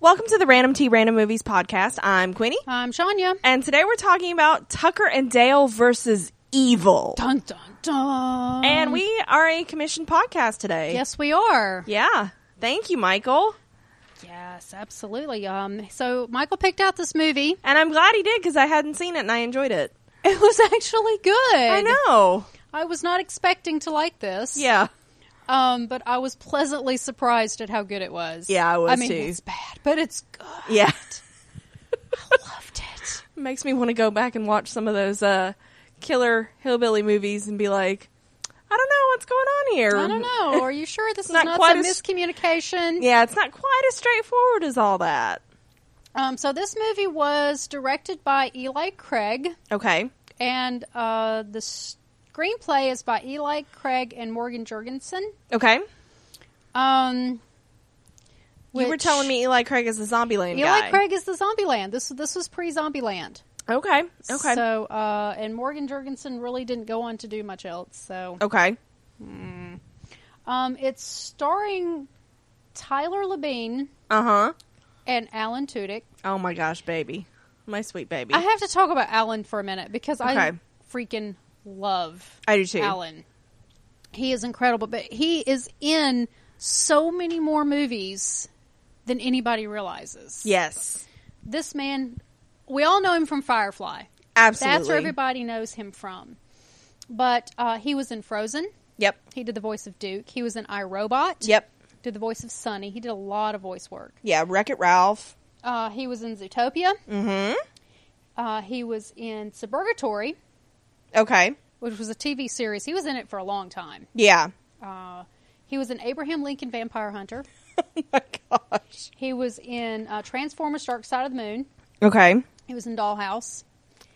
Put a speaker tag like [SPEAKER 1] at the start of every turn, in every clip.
[SPEAKER 1] Welcome to the Random Tea Random Movies podcast. I'm Queenie,
[SPEAKER 2] I'm Shania.
[SPEAKER 1] and today we're talking about Tucker and Dale versus Evil.
[SPEAKER 2] Dun dun dun.
[SPEAKER 1] And we are a commissioned podcast today.
[SPEAKER 2] yes, we are.
[SPEAKER 1] Yeah. Thank you, Michael.
[SPEAKER 2] Yes, absolutely. Um, so Michael picked out this movie.
[SPEAKER 1] And I'm glad he did because I hadn't seen it and I enjoyed it.
[SPEAKER 2] It was actually good.
[SPEAKER 1] I know.
[SPEAKER 2] I was not expecting to like this.
[SPEAKER 1] Yeah.
[SPEAKER 2] Um, but I was pleasantly surprised at how good it was.
[SPEAKER 1] Yeah, I was
[SPEAKER 2] I mean,
[SPEAKER 1] too.
[SPEAKER 2] it's bad, but it's good.
[SPEAKER 1] Yeah.
[SPEAKER 2] Loved it.
[SPEAKER 1] Makes me want to go back and watch some of those uh, killer hillbilly movies and be like, I don't know what's going on here.
[SPEAKER 2] I don't know. Are you sure this is
[SPEAKER 1] Um, Not
[SPEAKER 2] not
[SPEAKER 1] quite
[SPEAKER 2] some
[SPEAKER 1] as-
[SPEAKER 2] miscommunication?
[SPEAKER 1] Yeah, it's not quite as straightforward as all that.
[SPEAKER 2] Um, so this movie was directed by Eli Craig.
[SPEAKER 1] Okay.
[SPEAKER 2] And uh, the screenplay is by Eli Craig and Morgan Jurgensen.
[SPEAKER 1] Okay.
[SPEAKER 2] Um,
[SPEAKER 1] you were
[SPEAKER 2] which-
[SPEAKER 1] telling me Eli Craig is the Zombieland
[SPEAKER 2] Eli
[SPEAKER 1] guy.
[SPEAKER 2] Craig is the Zombieland. This this was pre Zombieland.
[SPEAKER 1] Okay. Okay.
[SPEAKER 2] So uh, and Morgan Jurgensen really didn't go on to do much else. So
[SPEAKER 1] okay.
[SPEAKER 2] um, it's starring Tyler Labine
[SPEAKER 1] Uh huh.
[SPEAKER 2] and Alan Tudyk.
[SPEAKER 1] Oh my gosh, baby, my sweet baby.
[SPEAKER 2] I have to talk about Alan for a minute because
[SPEAKER 1] Okay.
[SPEAKER 2] I freaking love
[SPEAKER 1] I do too.
[SPEAKER 2] Alan. He is incredible, but he is in so many more movies than anybody realizes.
[SPEAKER 1] Yes,
[SPEAKER 2] This man, we all know him from Firefly.
[SPEAKER 1] absolutely.
[SPEAKER 2] That's where everybody knows him from. But uh, he was in Frozen.
[SPEAKER 1] Yep.
[SPEAKER 2] He did the voice of Duke. He was in iRobot.
[SPEAKER 1] Yep.
[SPEAKER 2] Did the voice of Sonny. He did a lot of voice work.
[SPEAKER 1] Yeah. Wreck It Ralph.
[SPEAKER 2] Uh, he was in Zootopia.
[SPEAKER 1] Mm
[SPEAKER 2] Uh, he was in Suburgatory,
[SPEAKER 1] hmm. Okay.
[SPEAKER 2] which was a TV series. He was in it for a long time.
[SPEAKER 1] Yeah.
[SPEAKER 2] Uh, he was in Abraham Lincoln Vampire Hunter.
[SPEAKER 1] oh my gosh.
[SPEAKER 2] He was in uh, Transformers: Dark Side of the Moon.
[SPEAKER 1] Okay.
[SPEAKER 2] He was in Dollhouse.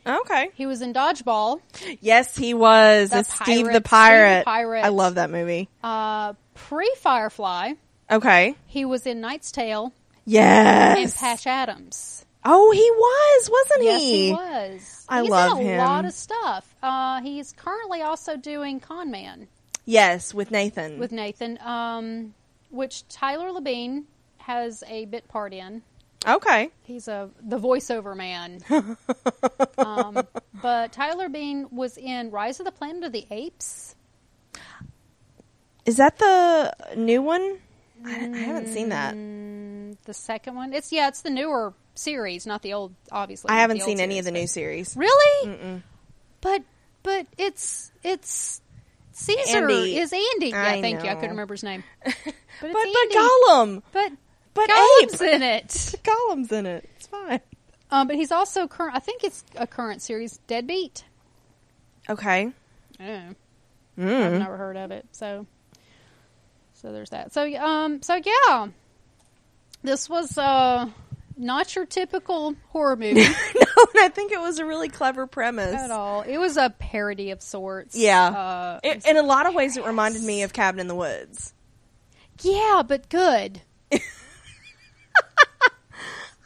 [SPEAKER 1] Okay.
[SPEAKER 2] He was in Dodgeball,
[SPEAKER 1] Yes, he was.
[SPEAKER 2] The
[SPEAKER 1] It's Steve
[SPEAKER 2] pirate,
[SPEAKER 1] the
[SPEAKER 2] Steve the
[SPEAKER 1] Pirate.
[SPEAKER 2] pirate.
[SPEAKER 1] I love that movie.
[SPEAKER 2] uh, pre Firefly.
[SPEAKER 1] Okay.
[SPEAKER 2] He was in Knight's Tale and
[SPEAKER 1] Yes.
[SPEAKER 2] Patch Adams.
[SPEAKER 1] oh, he was, wasn't
[SPEAKER 2] Yes,
[SPEAKER 1] he?
[SPEAKER 2] he was.
[SPEAKER 1] I
[SPEAKER 2] He's
[SPEAKER 1] love
[SPEAKER 2] in a
[SPEAKER 1] him.
[SPEAKER 2] lot of stuff. Uh, he's currently also doing Con Man
[SPEAKER 1] Yes, with Nathan.
[SPEAKER 2] with Nathan, um, which Tyler Labine has a bit part in.
[SPEAKER 1] okay.
[SPEAKER 2] He's a the voiceover man. um, but Tyler Bean was in Rise of the Planet of the Apes.
[SPEAKER 1] Is that the new one? I, I haven't seen that.
[SPEAKER 2] Mm, the second one. It's yeah, it's the newer series, not the old. Obviously,
[SPEAKER 1] I
[SPEAKER 2] not
[SPEAKER 1] haven't
[SPEAKER 2] the old
[SPEAKER 1] seen any of the
[SPEAKER 2] series,
[SPEAKER 1] new series.
[SPEAKER 2] but- Really?
[SPEAKER 1] Mm-mm.
[SPEAKER 2] But but it's it's Caesar
[SPEAKER 1] Andy.
[SPEAKER 2] is Andy. Yeah,
[SPEAKER 1] I
[SPEAKER 2] thank you. I
[SPEAKER 1] know.
[SPEAKER 2] couldn't remember his name. But it's
[SPEAKER 1] But
[SPEAKER 2] Andy.
[SPEAKER 1] but Gollum,
[SPEAKER 2] but
[SPEAKER 1] but
[SPEAKER 2] Gollum's
[SPEAKER 1] Ape,
[SPEAKER 2] in it.
[SPEAKER 1] Gollum's in it. It's fine.
[SPEAKER 2] Um, but he's also current. I think it's a current series, Deadbeat.
[SPEAKER 1] Okay.
[SPEAKER 2] I don't know. Oh, I've
[SPEAKER 1] Mm.
[SPEAKER 2] never heard of it. So, so there's that. So, um, so yeah, this was uh, not your typical horror
[SPEAKER 1] no,
[SPEAKER 2] movie
[SPEAKER 1] and I think it was a really clever premise.
[SPEAKER 2] at all. It was a parody of sorts.
[SPEAKER 1] Yeah.
[SPEAKER 2] uh,
[SPEAKER 1] It, in a lot of ways, it reminded me of Cabin in the Woods.
[SPEAKER 2] yeah, but good.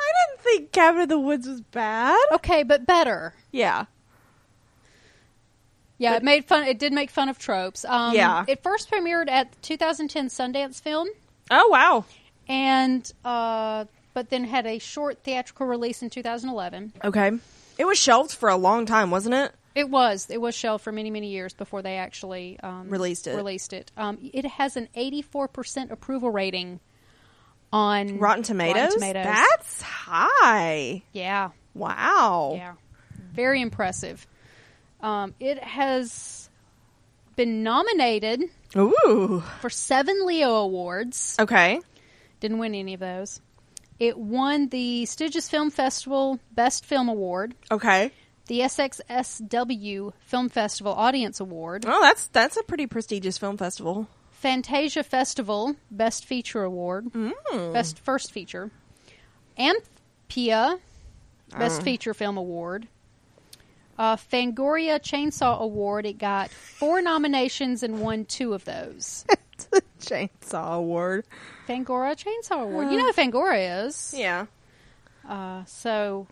[SPEAKER 1] I didn't think Cabin in the Woods was bad.
[SPEAKER 2] Okay, but better.
[SPEAKER 1] Yeah.
[SPEAKER 2] Yeah,
[SPEAKER 1] But-
[SPEAKER 2] it made fun. It did make fun of tropes. Um,
[SPEAKER 1] Yeah.
[SPEAKER 2] it first premiered at 2010 Sundance Film,
[SPEAKER 1] Oh wow.
[SPEAKER 2] and uh, but then had a short theatrical release in 2011.
[SPEAKER 1] Okay. It was shelved for a long time, wasn't it?
[SPEAKER 2] It was. It was shelved for many, many years before they actually um,
[SPEAKER 1] Released it.
[SPEAKER 2] Released it. Um, it has an 84% approval rating on
[SPEAKER 1] Mm. Rotten Tomatoes.
[SPEAKER 2] Tomatoes.
[SPEAKER 1] That's high.
[SPEAKER 2] Yeah,
[SPEAKER 1] Wow.
[SPEAKER 2] yeah, very impressive. Um, it has been nominated
[SPEAKER 1] Ooh.
[SPEAKER 2] for seven Leo Awards.
[SPEAKER 1] Okay.
[SPEAKER 2] Didn't win any of those. It won the Stooges Film Festival Best Film Award,
[SPEAKER 1] Okay.
[SPEAKER 2] the SXSW Film Festival Audience Award,
[SPEAKER 1] Oh, that's that's a pretty prestigious film festival.
[SPEAKER 2] Fantasia Festival Best Feature Award,
[SPEAKER 1] Mm.
[SPEAKER 2] Best First Feature, Amphia Best Feature Film Award, uh, Fangoria Chainsaw Award. It got four nominations and won two of those.
[SPEAKER 1] Chainsaw Award.
[SPEAKER 2] Fangoria Chainsaw Award. You know who Fangoria is.
[SPEAKER 1] Yeah.
[SPEAKER 2] Uh, so,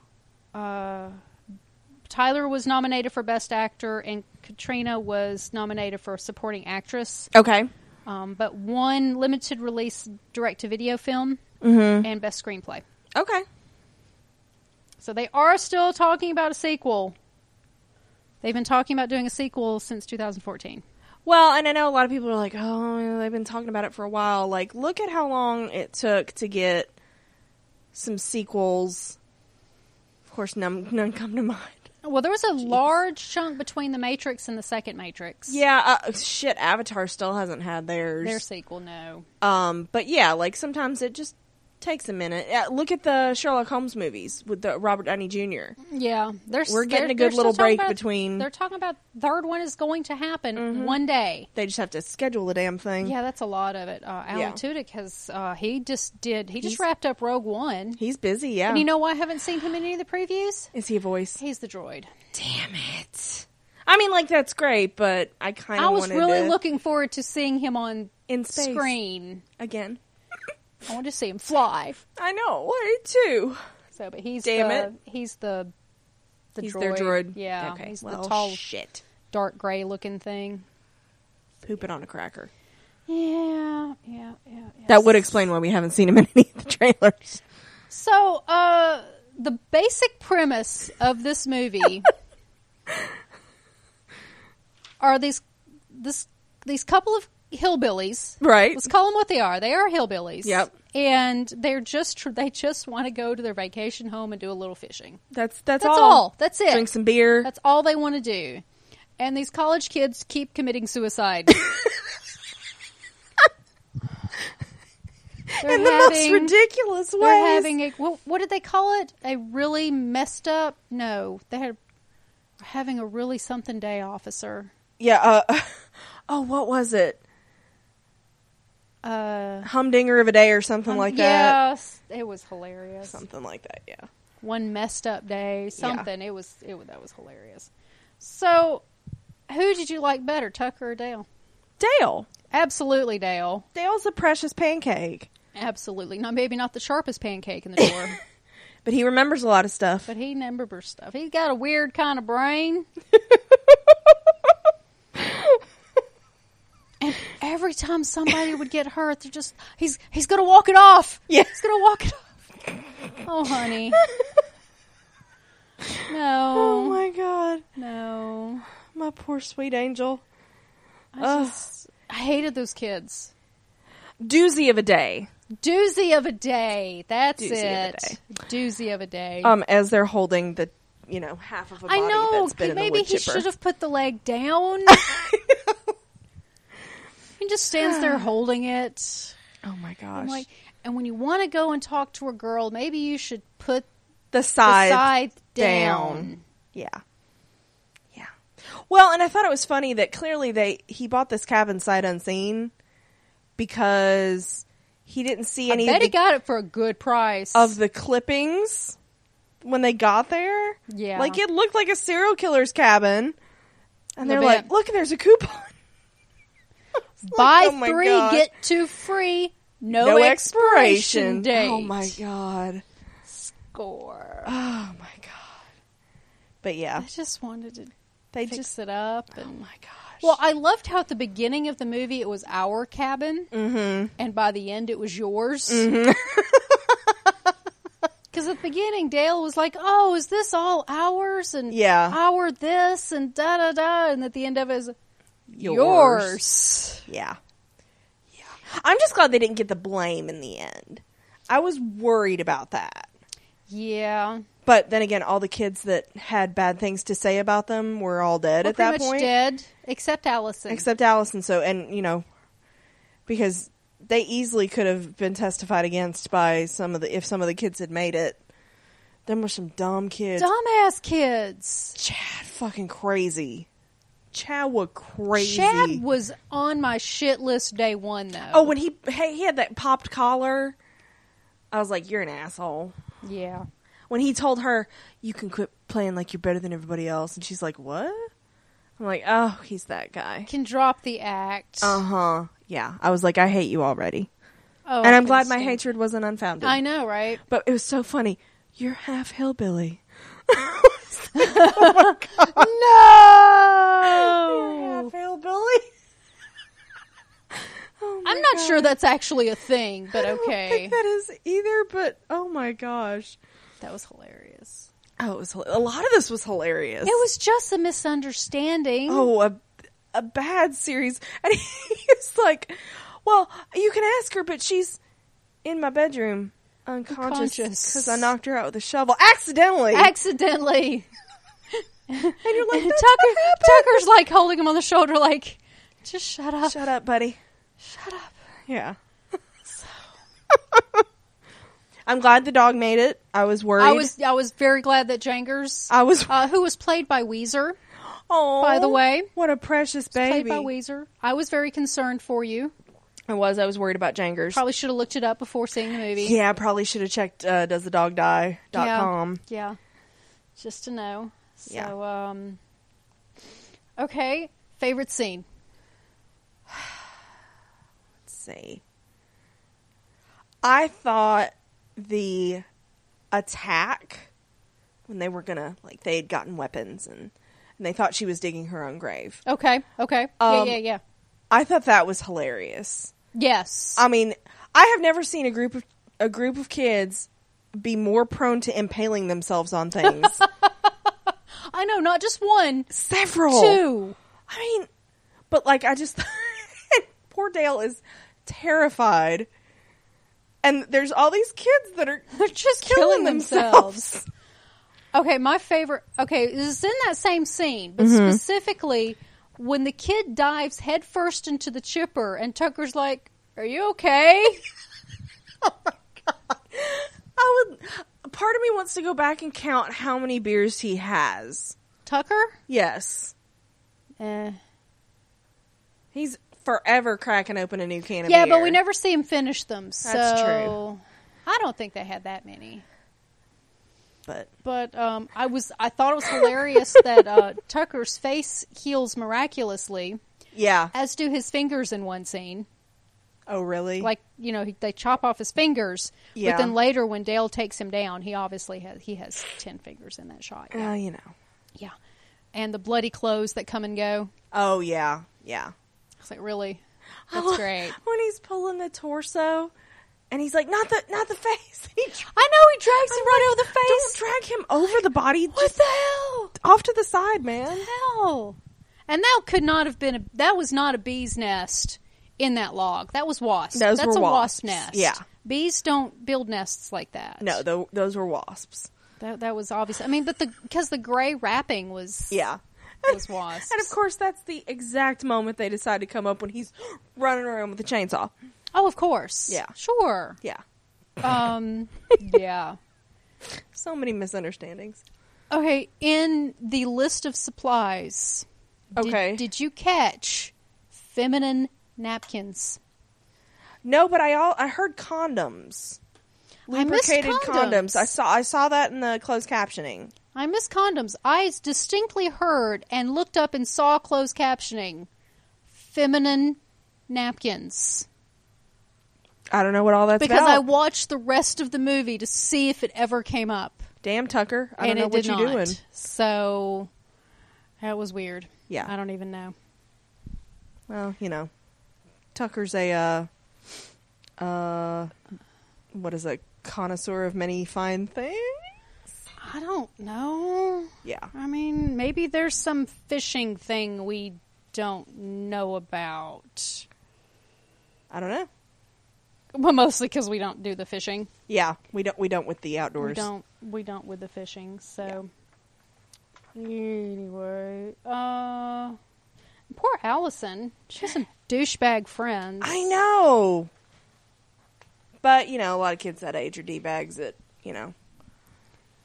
[SPEAKER 2] uh, Tyler was nominated for Best Actor, and Katrina was nominated for Supporting Actress.
[SPEAKER 1] Okay.
[SPEAKER 2] um, but one limited release direct to video film and best screenplay.
[SPEAKER 1] Okay.
[SPEAKER 2] So they are still talking about a sequel. They've been talking about doing a sequel since 2014.
[SPEAKER 1] Well, and I know a lot of people are like, oh, they've been talking about it for a while. Like, look at how long it took to get some sequels. Of course, none, none come to mind.
[SPEAKER 2] Well, there was a large chunk between The Matrix and the second Matrix.
[SPEAKER 1] Yeah, uh, shit, Avatar still hasn't had theirs.
[SPEAKER 2] Their sequel, no.
[SPEAKER 1] Um, but yeah, like sometimes it just takes a minute. Uh, look at the Sherlock Holmes movies with the Robert Downey junior
[SPEAKER 2] Yeah, there's
[SPEAKER 1] We're getting
[SPEAKER 2] they're-
[SPEAKER 1] a good
[SPEAKER 2] they're
[SPEAKER 1] little
[SPEAKER 2] still talking
[SPEAKER 1] break
[SPEAKER 2] about-
[SPEAKER 1] between- Mm-hmm.
[SPEAKER 2] They're talking about third one is going to happen one day.
[SPEAKER 1] They just have to schedule the damn thing.
[SPEAKER 2] Yeah, that's a lot of it. Uh, Alan
[SPEAKER 1] Mm-hmm. Yeah.
[SPEAKER 2] Tudyk has uh, he just did he just
[SPEAKER 1] He's-
[SPEAKER 2] wrapped up Rogue One.
[SPEAKER 1] He's busy, yeah.
[SPEAKER 2] And you know why I haven't seen him in any of the previews?
[SPEAKER 1] Is he a voice?
[SPEAKER 2] He's the droid.
[SPEAKER 1] Damn it. I mean, like, that's great, but I kind
[SPEAKER 2] I,
[SPEAKER 1] of
[SPEAKER 2] was
[SPEAKER 1] wanted
[SPEAKER 2] really
[SPEAKER 1] to-
[SPEAKER 2] looking forward to seeing him on
[SPEAKER 1] In space.
[SPEAKER 2] screen.
[SPEAKER 1] Again.
[SPEAKER 2] I want to see him fly.
[SPEAKER 1] I know, I too.
[SPEAKER 2] So, but he's
[SPEAKER 1] Damn
[SPEAKER 2] the,
[SPEAKER 1] it.
[SPEAKER 2] He's the the
[SPEAKER 1] he's
[SPEAKER 2] droid.
[SPEAKER 1] their droid.
[SPEAKER 2] Yeah,
[SPEAKER 1] Okay.
[SPEAKER 2] he's
[SPEAKER 1] well,
[SPEAKER 2] the tall,
[SPEAKER 1] shit.
[SPEAKER 2] dark gray looking thing.
[SPEAKER 1] Poop it on a cracker.
[SPEAKER 2] Yeah, yeah, yeah. yeah.
[SPEAKER 1] That would explain why we haven't seen him in any of the trailers.
[SPEAKER 2] So, uh, the basic premise of this movie are these this these couple of hillbillies.
[SPEAKER 1] Right.
[SPEAKER 2] Let's call them what they are. They are hillbillies.
[SPEAKER 1] Yep.
[SPEAKER 2] And they're just tr- they just want to go to their vacation home and do a little fishing.
[SPEAKER 1] That's that's,
[SPEAKER 2] That's
[SPEAKER 1] all.
[SPEAKER 2] all. That's it.
[SPEAKER 1] Drink some beer.
[SPEAKER 2] That's all they want to do. And these college kids keep committing suicide. They're
[SPEAKER 1] in the most ridiculous ways.
[SPEAKER 2] They're having a what, what did they call it? A really messed up. No, they had having a really something day officer.
[SPEAKER 1] yeah. Uh, oh, what was it?
[SPEAKER 2] Uh,
[SPEAKER 1] Humdinger of a day or something like that.
[SPEAKER 2] yes, it was hilarious.
[SPEAKER 1] Something like that. Yeah.
[SPEAKER 2] One messed up day, something. It was it was- that was hilarious. So, who did you like better, Tucker or Dale?
[SPEAKER 1] Dale.
[SPEAKER 2] Absolutely, Dale.
[SPEAKER 1] Dale's a precious pancake,
[SPEAKER 2] Absolutely. Now, maybe not the sharpest pancake in the drawer,
[SPEAKER 1] but he remembers a lot of stuff.
[SPEAKER 2] but he remembers stuff. He's got a weird kind of brain. and every time somebody would get hurt, they're just he's he's gonna walk it off.
[SPEAKER 1] Yeah.
[SPEAKER 2] he's gonna walk it off. Oh, honey.
[SPEAKER 1] oh
[SPEAKER 2] No,
[SPEAKER 1] my god,
[SPEAKER 2] no.
[SPEAKER 1] my poor sweet angel.
[SPEAKER 2] I
[SPEAKER 1] Ugh.
[SPEAKER 2] just I hated those kids.
[SPEAKER 1] Doozy of a day.
[SPEAKER 2] Doozy of a day. That's
[SPEAKER 1] Doozy of a
[SPEAKER 2] it. Doozy of a day.
[SPEAKER 1] Um, as they're holding the, you know, half of a
[SPEAKER 2] I
[SPEAKER 1] body
[SPEAKER 2] know.
[SPEAKER 1] that's been in the
[SPEAKER 2] maybe
[SPEAKER 1] wood
[SPEAKER 2] he
[SPEAKER 1] chipper.
[SPEAKER 2] should have put the leg down. he just stands there holding it.
[SPEAKER 1] Oh my
[SPEAKER 2] I'm
[SPEAKER 1] gosh,
[SPEAKER 2] like, and when you want to go and talk to a girl, maybe you should put
[SPEAKER 1] the
[SPEAKER 2] the
[SPEAKER 1] side,
[SPEAKER 2] side down.
[SPEAKER 1] down. Yeah. Yeah. Well, and I thought it was funny that clearly they he bought this cabin sight unseen because he didn't see
[SPEAKER 2] I
[SPEAKER 1] any
[SPEAKER 2] bet he
[SPEAKER 1] of the,
[SPEAKER 2] got it for a good price.
[SPEAKER 1] of the clippings when they got there.
[SPEAKER 2] Yeah.
[SPEAKER 1] Like it looked like a serial killer's cabin. And
[SPEAKER 2] A
[SPEAKER 1] they're
[SPEAKER 2] bit.
[SPEAKER 1] like, "Look, there's a coupon."
[SPEAKER 2] buy
[SPEAKER 1] oh my
[SPEAKER 2] three,
[SPEAKER 1] God.
[SPEAKER 2] get two free. No, expiration, date.
[SPEAKER 1] Oh my god.
[SPEAKER 2] score!
[SPEAKER 1] Oh my god. But yeah,
[SPEAKER 2] I just wanted to
[SPEAKER 1] they
[SPEAKER 2] fix
[SPEAKER 1] just
[SPEAKER 2] it up.
[SPEAKER 1] Oh
[SPEAKER 2] And
[SPEAKER 1] my gosh.
[SPEAKER 2] well, I loved how at the beginning of the movie it was our cabin.
[SPEAKER 1] mhm.
[SPEAKER 2] and by the end it was yours.
[SPEAKER 1] Mm-hmm.
[SPEAKER 2] Because at the beginning, Dale was like, "Oh, is this all ours?" and
[SPEAKER 1] Yeah.
[SPEAKER 2] our this and da da da," and at the end of it is yours.
[SPEAKER 1] Yeah. Yeah. I'm just glad they didn't get the blame in the end. I was worried about that.
[SPEAKER 2] Yeah,
[SPEAKER 1] But then again, all the kids that had bad things to say about them were all dead
[SPEAKER 2] We're
[SPEAKER 1] at that
[SPEAKER 2] pretty much
[SPEAKER 1] point.
[SPEAKER 2] dead except Allison.
[SPEAKER 1] Except Allison. So, and, you know, because they easily could have been testified against by some of the, if some of the kids had made it. Them were some dumb kids.
[SPEAKER 2] dumbass kids.
[SPEAKER 1] Chad fucking crazy. Chad was crazy.
[SPEAKER 2] Chad was on my shit list day one though.
[SPEAKER 1] Oh, when he hey, he had that popped collar, I was like, "You're an asshole."
[SPEAKER 2] yeah.
[SPEAKER 1] When he told her, "You can quit playing like you're better than everybody else," and she's like, "What?" I'm like, "Oh, he's that guy."
[SPEAKER 2] Can drop the act.
[SPEAKER 1] Uh huh. Yeah, I was like, "I hate you already,"
[SPEAKER 2] oh,
[SPEAKER 1] and
[SPEAKER 2] I
[SPEAKER 1] I'm glad
[SPEAKER 2] couldn't
[SPEAKER 1] my
[SPEAKER 2] stand-
[SPEAKER 1] hatred wasn't unfounded.
[SPEAKER 2] I know, right?
[SPEAKER 1] but it was so funny. You're half hillbilly.
[SPEAKER 2] Oh. No.
[SPEAKER 1] Half hillbilly.
[SPEAKER 2] I'm not sure that's actually a thing, but
[SPEAKER 1] Oh I don't
[SPEAKER 2] okay.
[SPEAKER 1] think that is either. But oh my my gosh.
[SPEAKER 2] That was hilarious.
[SPEAKER 1] Oh, it was hila- a lot of this was hilarious.
[SPEAKER 2] It was just a misunderstanding.
[SPEAKER 1] oh a a bad series, and he's like, "Well, you can ask her, but she's in my bedroom, unconscious
[SPEAKER 2] Unconscious.
[SPEAKER 1] because I knocked her out with a shovel accidentally."
[SPEAKER 2] accidentally.
[SPEAKER 1] and you're like, "That's what
[SPEAKER 2] And Tucker,
[SPEAKER 1] happened."
[SPEAKER 2] Tucker's like holding him on the shoulder, like, just shut up.
[SPEAKER 1] Shut up, buddy.
[SPEAKER 2] Shut up.
[SPEAKER 1] Yeah. I'm glad the dog made it. I was worried.
[SPEAKER 2] I was I was very glad that Jangers,
[SPEAKER 1] I was.
[SPEAKER 2] uh, who was played by Weezer,
[SPEAKER 1] Oh,
[SPEAKER 2] by the way,
[SPEAKER 1] what a precious
[SPEAKER 2] played
[SPEAKER 1] baby.
[SPEAKER 2] by Weezer. I was very concerned for you.
[SPEAKER 1] I was. I was worried about Jangers.
[SPEAKER 2] Probably should have looked it up before seeing the movie.
[SPEAKER 1] Yeah, I probably should have checked. Uh, does the dog die? Dot
[SPEAKER 2] yeah.
[SPEAKER 1] com.
[SPEAKER 2] Yeah. Just to know. So,
[SPEAKER 1] Yeah.
[SPEAKER 2] um, okay. Favorite scene.
[SPEAKER 1] Let's see. I thought the attack when they were gonna like they had gotten weapons and and they thought she was digging her own grave.
[SPEAKER 2] Okay. Okay.
[SPEAKER 1] Um,
[SPEAKER 2] yeah. Yeah. Yeah.
[SPEAKER 1] I thought that was hilarious.
[SPEAKER 2] Yes.
[SPEAKER 1] I mean, I have never seen a group of a group of kids be more prone to impaling themselves on things.
[SPEAKER 2] I know. Not just one.
[SPEAKER 1] Several.
[SPEAKER 2] Two.
[SPEAKER 1] I mean, but like I just poor Dale is terrified. And there's all these kids that are
[SPEAKER 2] They're just
[SPEAKER 1] killing,
[SPEAKER 2] killing
[SPEAKER 1] themselves.
[SPEAKER 2] themselves. Okay, my favorite. Okay, this is in that same scene, but
[SPEAKER 1] Mm-hmm.
[SPEAKER 2] specifically when the kid dives headfirst into the chipper, and Tucker's like, "Are you okay?"
[SPEAKER 1] I would part of me wants to go back and count how many beers he has.
[SPEAKER 2] Tucker.
[SPEAKER 1] Yes.
[SPEAKER 2] Eh.
[SPEAKER 1] He's forever cracking open a new can of
[SPEAKER 2] yeah,
[SPEAKER 1] beer.
[SPEAKER 2] but we never see him finish them. So
[SPEAKER 1] That's
[SPEAKER 2] I don't think they had that many.
[SPEAKER 1] but
[SPEAKER 2] But um, I was I thought it was hilarious that uh, Tucker's face heals miraculously,
[SPEAKER 1] yeah.
[SPEAKER 2] as do his fingers in one scene.
[SPEAKER 1] Oh really?
[SPEAKER 2] like you know he, they chop off his fingers
[SPEAKER 1] Yeah.
[SPEAKER 2] but then later when dale takes him down he obviously has he has 10 fingers in that shot yeah,
[SPEAKER 1] uh, you know.
[SPEAKER 2] yeah. and the bloody clothes that come and go
[SPEAKER 1] Oh yeah. Yeah.
[SPEAKER 2] it's like really
[SPEAKER 1] I
[SPEAKER 2] that's
[SPEAKER 1] love-
[SPEAKER 2] great
[SPEAKER 1] When he's pulling the torso and he's like, not the not the face. He drags
[SPEAKER 2] i know he drags him right over the
[SPEAKER 1] Don't
[SPEAKER 2] face
[SPEAKER 1] drag him over the body.
[SPEAKER 2] what
[SPEAKER 1] Just
[SPEAKER 2] the hell
[SPEAKER 1] off to the side, man.
[SPEAKER 2] hell and that could not have been a that was not a bee's nest in that log that was wasp
[SPEAKER 1] Those
[SPEAKER 2] that's
[SPEAKER 1] were
[SPEAKER 2] a
[SPEAKER 1] wasps.
[SPEAKER 2] wasp nest
[SPEAKER 1] Yeah.
[SPEAKER 2] bees don't build nests like that
[SPEAKER 1] No, tho- those were wasps.
[SPEAKER 2] that, that was obvious i mean but the because the gray wrapping was
[SPEAKER 1] Yeah.
[SPEAKER 2] was wasps
[SPEAKER 1] And of course, that's the exact moment they decide to come up when he's running around with a chainsaw.
[SPEAKER 2] Oh, of course.
[SPEAKER 1] Yeah.
[SPEAKER 2] Sure.
[SPEAKER 1] Yeah.
[SPEAKER 2] Um, yeah.
[SPEAKER 1] So many misunderstandings.
[SPEAKER 2] Okay, in the list of supplies, did-
[SPEAKER 1] Okay.
[SPEAKER 2] did, you catch feminine napkins?
[SPEAKER 1] No, but I all I heard condoms.
[SPEAKER 2] I missed
[SPEAKER 1] Lubricated condoms. I saw I saw that in the closed captioning.
[SPEAKER 2] I miss condoms. I distinctly heard and looked up and saw closed captioning feminine napkins
[SPEAKER 1] I don't know what all that's
[SPEAKER 2] because I
[SPEAKER 1] about.
[SPEAKER 2] watched the rest of the movie to see if it ever came up.
[SPEAKER 1] Damn Tucker, I don't
[SPEAKER 2] and
[SPEAKER 1] know
[SPEAKER 2] it
[SPEAKER 1] what
[SPEAKER 2] did
[SPEAKER 1] you're
[SPEAKER 2] not.
[SPEAKER 1] doing.
[SPEAKER 2] So that was weird.
[SPEAKER 1] Yeah.
[SPEAKER 2] I don't even know.
[SPEAKER 1] Well, you know, Tucker's a uh, uh, what is a connoisseur of many fine things?
[SPEAKER 2] I don't know.
[SPEAKER 1] Yeah,
[SPEAKER 2] I mean, maybe there's some fishing thing we don't know about.
[SPEAKER 1] I don't know.
[SPEAKER 2] Well, mostly because we don't do the fishing.
[SPEAKER 1] Yeah, we don't we don't with the
[SPEAKER 2] We
[SPEAKER 1] outdoors.
[SPEAKER 2] don't. We don't with the fishing. So anyway, uh, poor Allison. She has some douchebag friends.
[SPEAKER 1] I know, but you know, a lot of kids that age are d bags. That you know,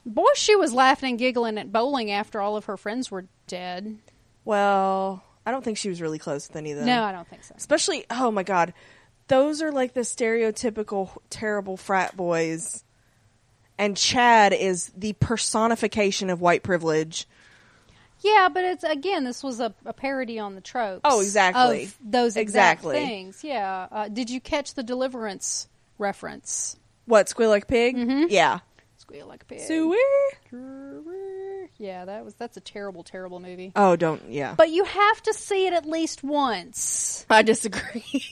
[SPEAKER 2] Boy, she was laughing and giggling at bowling after all of her friends were dead.
[SPEAKER 1] well, I don't think she was really close with any of them.
[SPEAKER 2] No, I don't think so.
[SPEAKER 1] especially oh my god those are like the stereotypical terrible frat boys and chad is the personification of white privilege
[SPEAKER 2] Yeah, but it's again, this was a, a parody on the tropes.
[SPEAKER 1] Oh, exactly.
[SPEAKER 2] Of those exact
[SPEAKER 1] Exactly.
[SPEAKER 2] things. Yeah. Uh, did you catch the Deliverance reference?
[SPEAKER 1] what squeal like pig
[SPEAKER 2] Mm-hmm.
[SPEAKER 1] yeah
[SPEAKER 2] Squeal like a pig.
[SPEAKER 1] Suey?
[SPEAKER 2] Yeah, that was that's a terrible, terrible movie.
[SPEAKER 1] oh don't yeah
[SPEAKER 2] But you have to see it at least once.
[SPEAKER 1] i disagree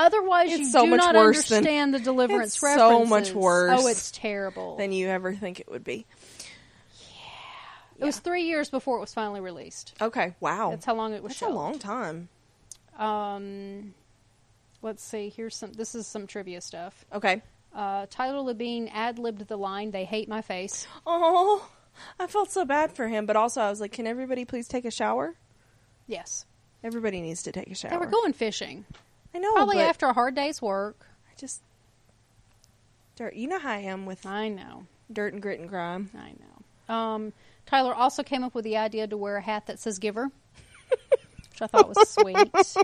[SPEAKER 2] Otherwise,
[SPEAKER 1] It's
[SPEAKER 2] you
[SPEAKER 1] so
[SPEAKER 2] do
[SPEAKER 1] much
[SPEAKER 2] not
[SPEAKER 1] worse than-
[SPEAKER 2] understand the deliverance
[SPEAKER 1] it's so
[SPEAKER 2] references.
[SPEAKER 1] much worse
[SPEAKER 2] Oh, it's terrible.
[SPEAKER 1] than you ever think it would be.
[SPEAKER 2] It was three years before it was finally released.
[SPEAKER 1] Okay, wow.
[SPEAKER 2] That's how long it
[SPEAKER 1] Oh.
[SPEAKER 2] was.
[SPEAKER 1] That's a
[SPEAKER 2] shelved.
[SPEAKER 1] long time.
[SPEAKER 2] Um, let's see. Here's some. This is some trivia stuff.
[SPEAKER 1] Okay.
[SPEAKER 2] Uh, Tyler Labine ad libbed the line, "They hate my face."
[SPEAKER 1] Oh, I felt so bad for him, but also I was like, can everybody please take a shower?
[SPEAKER 2] Yes,
[SPEAKER 1] Everybody needs to take a shower.
[SPEAKER 2] they were going fishing,
[SPEAKER 1] I know,
[SPEAKER 2] probably
[SPEAKER 1] Oh, but
[SPEAKER 2] after a hard day's work.
[SPEAKER 1] I just dirt. You know how I am with
[SPEAKER 2] I know,
[SPEAKER 1] dirt and grit and grime.
[SPEAKER 2] I know. Um, Tyler also came up with the idea to wear a hat that says "Giver," which I thought was sweet.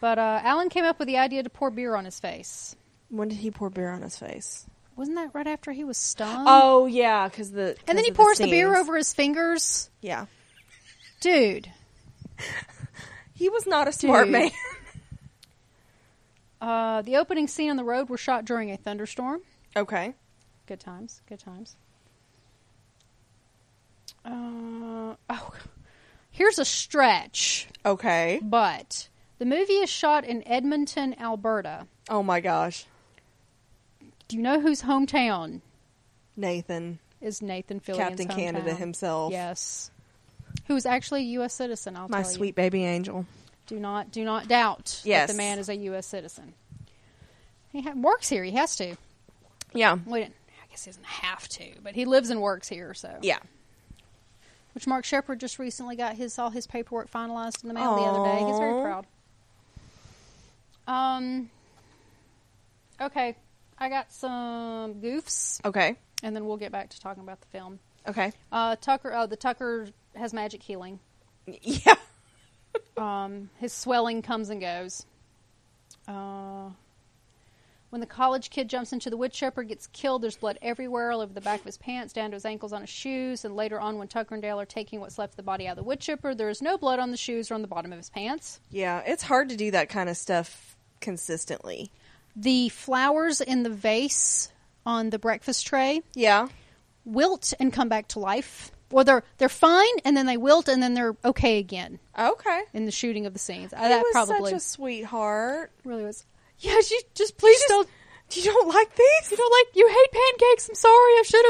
[SPEAKER 2] But uh, Alan came up with the idea to pour beer on his face.
[SPEAKER 1] When did he pour beer on his face?
[SPEAKER 2] Wasn't that right after he was stung?
[SPEAKER 1] oh yeah, because the
[SPEAKER 2] and then
[SPEAKER 1] 'cause
[SPEAKER 2] he
[SPEAKER 1] of
[SPEAKER 2] pours the beer
[SPEAKER 1] scenes.
[SPEAKER 2] over his fingers,
[SPEAKER 1] Yeah,
[SPEAKER 2] dude.
[SPEAKER 1] he was not a smart
[SPEAKER 2] Dude.
[SPEAKER 1] man.
[SPEAKER 2] Uh, the opening scene on the road were shot during a thunderstorm.
[SPEAKER 1] okay,
[SPEAKER 2] Good times, good times. Uh, oh, here's a stretch,
[SPEAKER 1] okay.
[SPEAKER 2] but the movie is shot in Edmonton, Alberta.
[SPEAKER 1] Oh my gosh,
[SPEAKER 2] Do you know whose hometown
[SPEAKER 1] Nathan,
[SPEAKER 2] is Nathan Fillion's
[SPEAKER 1] Captain Canada
[SPEAKER 2] hometown?
[SPEAKER 1] himself,
[SPEAKER 2] Yes, who is actually a U.S. citizen. I'll
[SPEAKER 1] my
[SPEAKER 2] tell you.
[SPEAKER 1] sweet baby angel.
[SPEAKER 2] Do not do not doubt
[SPEAKER 1] Yes.
[SPEAKER 2] that the man is a U.S. citizen. He ha- works here. He has to.
[SPEAKER 1] Yeah,
[SPEAKER 2] Wait, I guess he doesn't have to, but he lives and works here. So
[SPEAKER 1] yeah.
[SPEAKER 2] Which Mark Shepard just recently got his all his paperwork finalized in the mail the other day. He's very
[SPEAKER 1] Aw.
[SPEAKER 2] proud. Um. Okay, I got some goofs,
[SPEAKER 1] Okay,
[SPEAKER 2] and then we'll get back to talking about the film.
[SPEAKER 1] okay.
[SPEAKER 2] Uh, Tucker. Oh, the Tucker has magic healing.
[SPEAKER 1] Yeah.
[SPEAKER 2] Um, his swelling comes and goes. Uh, when the college kid jumps into the wood chipper, gets killed, there's blood everywhere, all over the back of his pants, down to his ankles on his shoes, and later on when Tucker and Dale are taking what's left of the body out of the wood chipper, there is no blood on the shoes or on the bottom of his pants.
[SPEAKER 1] Yeah, it's hard to do that kind of stuff consistently.
[SPEAKER 2] The flowers in the vase on the breakfast tray
[SPEAKER 1] Yeah.
[SPEAKER 2] wilt and come back to life. Well, they're they're fine, and then they wilt, and then they're okay again
[SPEAKER 1] Okay.
[SPEAKER 2] in the shooting of the scenes. Uh,
[SPEAKER 1] He
[SPEAKER 2] that
[SPEAKER 1] was
[SPEAKER 2] probably
[SPEAKER 1] such a sweetheart.
[SPEAKER 2] really was. Yeah, she just please
[SPEAKER 1] Just-
[SPEAKER 2] don't
[SPEAKER 1] you don't like these?
[SPEAKER 2] you know, like you hate pancakes. I'm sorry, I should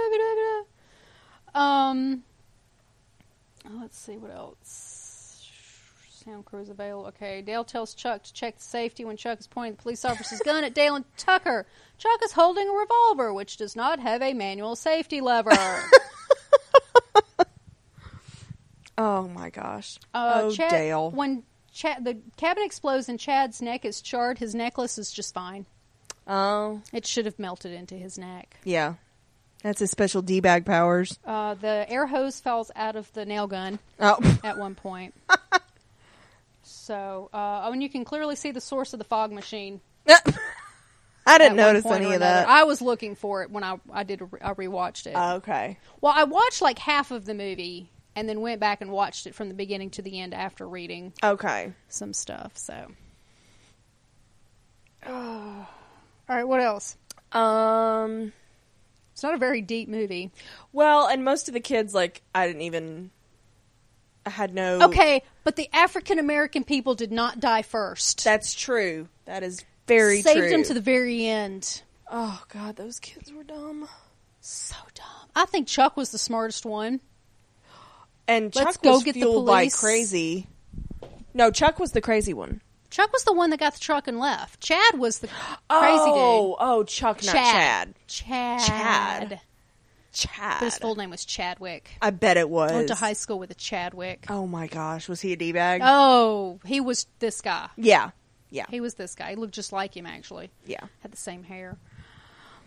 [SPEAKER 2] have asked. Um, oh, let's see what else. Sound crew is available. Okay, Dale tells Chuck to check the safety when Chuck is pointing the police officer's gun at Dale and Tucker. Chuck is holding a revolver, which does not have a manual safety lever. Uh,
[SPEAKER 1] Oh my gosh.
[SPEAKER 2] Uh,
[SPEAKER 1] oh
[SPEAKER 2] Chad,
[SPEAKER 1] Dale.
[SPEAKER 2] When Chad, the cabin explodes and Chad's neck is charred, his necklace is just fine.
[SPEAKER 1] oh
[SPEAKER 2] It should have melted into his neck.
[SPEAKER 1] yeah. That's his special D bag powers.
[SPEAKER 2] Uh, the air hose falls out of the nail gun.
[SPEAKER 1] Oh
[SPEAKER 2] at one point. so, uh, oh, and you can clearly see the source of the fog machine.
[SPEAKER 1] I
[SPEAKER 2] at
[SPEAKER 1] didn't
[SPEAKER 2] one
[SPEAKER 1] notice
[SPEAKER 2] point
[SPEAKER 1] any
[SPEAKER 2] or
[SPEAKER 1] of
[SPEAKER 2] another.
[SPEAKER 1] that. Oh.
[SPEAKER 2] I was looking for it when I, I did a re- I rewatched it.
[SPEAKER 1] okay.
[SPEAKER 2] well, I watched like half of the movie and then went back and watched it from the beginning to the end after reading
[SPEAKER 1] Okay.
[SPEAKER 2] some stuff. So, all right, what else?
[SPEAKER 1] Um
[SPEAKER 2] It's not a very deep movie.
[SPEAKER 1] well, and most of the kids like I didn't even I had no
[SPEAKER 2] Okay, but the African American people did not die first.
[SPEAKER 1] That's true. That is very
[SPEAKER 2] saved
[SPEAKER 1] true.
[SPEAKER 2] them to the very end.
[SPEAKER 1] oh god, those kids were dumb.
[SPEAKER 2] So dumb. I think Chuck was the smartest one.
[SPEAKER 1] And Chuck
[SPEAKER 2] Let's go
[SPEAKER 1] was
[SPEAKER 2] get the
[SPEAKER 1] fueled by
[SPEAKER 2] police.
[SPEAKER 1] crazy. No, Chuck was the crazy one.
[SPEAKER 2] Chuck was the one that got the truck and left. Chad was the crazy
[SPEAKER 1] oh, oh, Chuck,
[SPEAKER 2] dude.
[SPEAKER 1] not Chad.
[SPEAKER 2] Chad.
[SPEAKER 1] Chad.
[SPEAKER 2] But
[SPEAKER 1] Chad.
[SPEAKER 2] his full name was Chadwick.
[SPEAKER 1] I bet it was.
[SPEAKER 2] I went to high school with a Chadwick.
[SPEAKER 1] Oh my gosh, was he a d bag?
[SPEAKER 2] Oh, he was this guy.
[SPEAKER 1] yeah, yeah,
[SPEAKER 2] He was this guy. He looked just like him, actually.
[SPEAKER 1] yeah.
[SPEAKER 2] Had the same hair.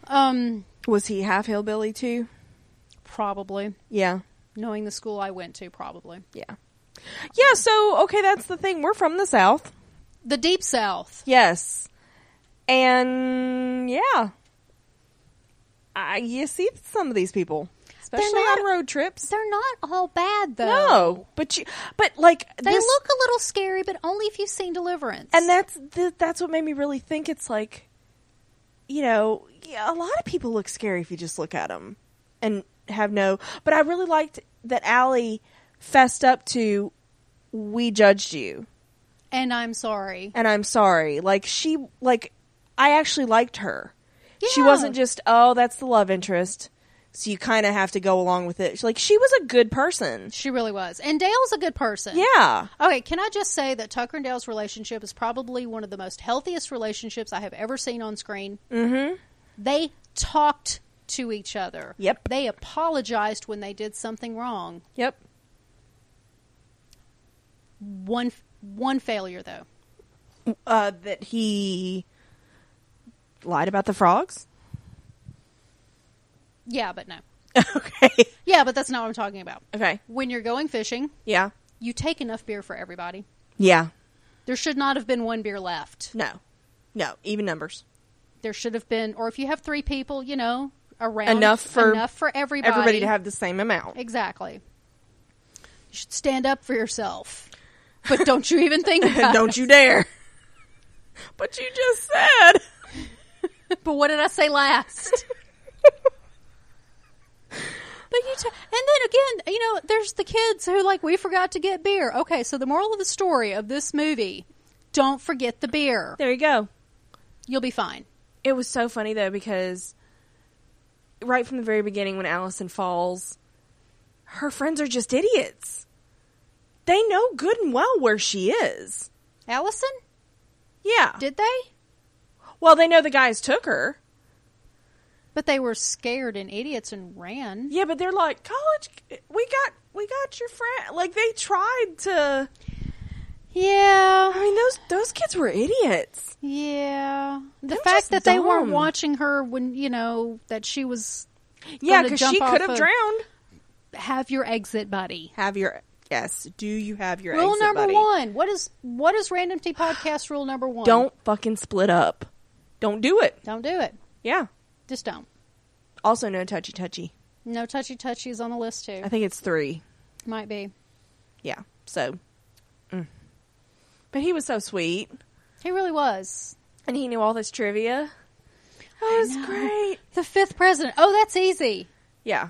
[SPEAKER 2] Um,
[SPEAKER 1] Was he half hillbilly too?
[SPEAKER 2] probably.
[SPEAKER 1] Yeah,
[SPEAKER 2] Knowing the school I went to, probably.
[SPEAKER 1] yeah, yeah. So okay, that's the thing. We're from the South.
[SPEAKER 2] The Deep South.
[SPEAKER 1] Yes, and yeah, I, you see some of these people, especially
[SPEAKER 2] not-
[SPEAKER 1] on road trips.
[SPEAKER 2] They're not all bad, though.
[SPEAKER 1] No, but you, but like
[SPEAKER 2] They
[SPEAKER 1] this-
[SPEAKER 2] look a little scary, but only if you've seen Deliverance.
[SPEAKER 1] and that's th- that's what made me really think. It's like, you know, yeah, a lot of people look scary if you just look at them and have no. But I really liked that Allie fessed up to. We judged you,
[SPEAKER 2] And I'm sorry.
[SPEAKER 1] and I'm sorry. Like she like I actually liked her. She
[SPEAKER 2] Yeah.
[SPEAKER 1] wasn't just, oh, that's the love interest. So you kind of have to go along with it. She- Like she was a good person.
[SPEAKER 2] She really was. And Dale's a good person.
[SPEAKER 1] Yeah.
[SPEAKER 2] Okay, can I just say that Tucker and Dale's relationship is probably one of the most healthiest relationships I have ever seen on screen. Mm-hmm. They talked to each other.
[SPEAKER 1] Yep.
[SPEAKER 2] They apologized when they did something wrong.
[SPEAKER 1] Yep.
[SPEAKER 2] One one failure though.
[SPEAKER 1] Uh, that he lied about the frogs.
[SPEAKER 2] Yeah, but no.
[SPEAKER 1] okay.
[SPEAKER 2] Yeah, but that's not what I'm talking about.
[SPEAKER 1] Okay.
[SPEAKER 2] When you're going fishing,
[SPEAKER 1] Yeah.
[SPEAKER 2] you take enough beer for everybody.
[SPEAKER 1] Yeah.
[SPEAKER 2] There should not have been one beer left.
[SPEAKER 1] No. No. Even numbers.
[SPEAKER 2] There should have been, or if you have three people, you know, around
[SPEAKER 1] Enough for
[SPEAKER 2] enough for everybody.
[SPEAKER 1] Everybody to have the same amount.
[SPEAKER 2] exactly. You should stand up for yourself, but don't you even think about
[SPEAKER 1] Don't you dare. But you just said.
[SPEAKER 2] it. But what did I say last? But you t- and then again, you know, there's the kids who like we forgot to get beer. Okay, so the moral of the story of this movie: don't forget the beer.
[SPEAKER 1] There you go.
[SPEAKER 2] You'll be fine.
[SPEAKER 1] It was so funny though because right from the very beginning when Allison falls, her friends are just idiots. They know good and well where she is.
[SPEAKER 2] Allison,
[SPEAKER 1] Yeah.
[SPEAKER 2] did they?
[SPEAKER 1] well, they know the guys took her.
[SPEAKER 2] But they were scared and idiots and ran.
[SPEAKER 1] Yeah, but they're like, "College, we got we got your friend." Like they tried to I
[SPEAKER 2] Yeah.
[SPEAKER 1] mean, those those kids were idiots.
[SPEAKER 2] Yeah. The
[SPEAKER 1] They're
[SPEAKER 2] fact
[SPEAKER 1] just
[SPEAKER 2] that they weren't
[SPEAKER 1] dumb.
[SPEAKER 2] watching her when, you know, that she was
[SPEAKER 1] Yeah,
[SPEAKER 2] Gonna
[SPEAKER 1] cuz
[SPEAKER 2] jump
[SPEAKER 1] she
[SPEAKER 2] off
[SPEAKER 1] could have
[SPEAKER 2] a-
[SPEAKER 1] drowned.
[SPEAKER 2] have your exit buddy.
[SPEAKER 1] Have your yes, do you have your
[SPEAKER 2] Rule
[SPEAKER 1] exit,
[SPEAKER 2] number
[SPEAKER 1] buddy?
[SPEAKER 2] one. What is what is random tea podcast rule number one?
[SPEAKER 1] Don't fucking split up. Don't do it.
[SPEAKER 2] don't do it.
[SPEAKER 1] Yeah.
[SPEAKER 2] Just don't.
[SPEAKER 1] Also no touchy touchy.
[SPEAKER 2] No touchy touchies on the list too.
[SPEAKER 1] I think it's three.
[SPEAKER 2] Might be.
[SPEAKER 1] Yeah. So, mm. but he was so sweet,
[SPEAKER 2] He really was.
[SPEAKER 1] and he knew all this trivia. That was
[SPEAKER 2] know.
[SPEAKER 1] great.
[SPEAKER 2] The fifth president. Oh, that's easy.
[SPEAKER 1] Yeah.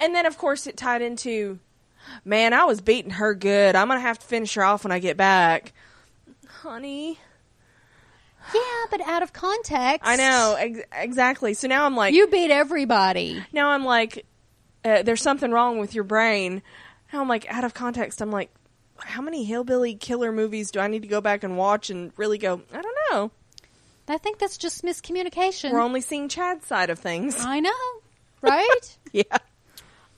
[SPEAKER 1] And then, of course, it tied into, man, I was beating her good. I'm gonna have to finish her off when I get back, honey.
[SPEAKER 2] Yeah, but out of context.
[SPEAKER 1] I know ex- exactly. So now I'm like,
[SPEAKER 2] You beat everybody.
[SPEAKER 1] now I'm like, uh, there's something wrong with your brain. Now I'm like, out of context. I'm like, how many hillbilly killer movies do I need to go back and watch and really go? I don't know.
[SPEAKER 2] I think that's just miscommunication.
[SPEAKER 1] We're only seeing Chad's side of things.
[SPEAKER 2] I know, right?
[SPEAKER 1] Yeah.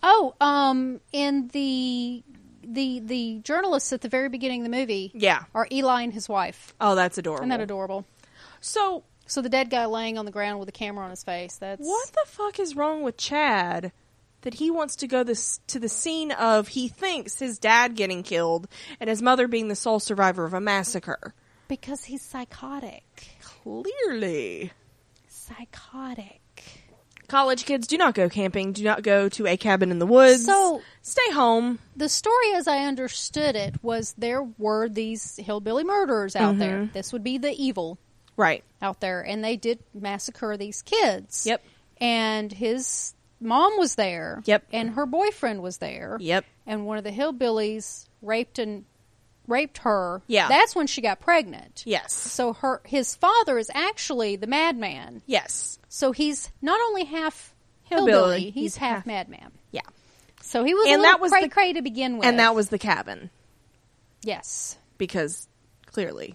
[SPEAKER 2] oh, um, in the the the journalists at the very beginning of the movie,
[SPEAKER 1] Yeah.
[SPEAKER 2] are Eli and his wife.
[SPEAKER 1] Oh, that's adorable.
[SPEAKER 2] Isn't that adorable?
[SPEAKER 1] So,
[SPEAKER 2] So the dead guy laying on the ground with a camera on his face. That's
[SPEAKER 1] what the fuck is wrong with Chad that he wants to go this to the scene of he thinks his dad getting killed and his mother being the sole survivor of a massacre?
[SPEAKER 2] because he's psychotic.
[SPEAKER 1] Clearly.
[SPEAKER 2] Psychotic.
[SPEAKER 1] College kids do not go camping, do not go to a cabin in the woods.
[SPEAKER 2] So-
[SPEAKER 1] stay home.
[SPEAKER 2] The story, as I understood it, was there were these hillbilly murderers out
[SPEAKER 1] Mm-hmm.
[SPEAKER 2] there. This would be the evil
[SPEAKER 1] Right.
[SPEAKER 2] out there, and they did massacre these kids.
[SPEAKER 1] Yep.
[SPEAKER 2] And his mom was there.
[SPEAKER 1] Yep.
[SPEAKER 2] And her boyfriend was there.
[SPEAKER 1] Yep.
[SPEAKER 2] And one of the hillbillies raped and raped her.
[SPEAKER 1] Yeah.
[SPEAKER 2] That's when she got pregnant.
[SPEAKER 1] Yes.
[SPEAKER 2] So her his father is actually the madman.
[SPEAKER 1] Yes.
[SPEAKER 2] So he's not only half hillbilly,
[SPEAKER 1] Hillbilly,
[SPEAKER 2] he's,
[SPEAKER 1] he's
[SPEAKER 2] half,
[SPEAKER 1] half-
[SPEAKER 2] madman.
[SPEAKER 1] Yeah.
[SPEAKER 2] So he was
[SPEAKER 1] And
[SPEAKER 2] a
[SPEAKER 1] that
[SPEAKER 2] little
[SPEAKER 1] was the-
[SPEAKER 2] cray cray to begin with.
[SPEAKER 1] And that was the cabin
[SPEAKER 2] yes.
[SPEAKER 1] because clearly.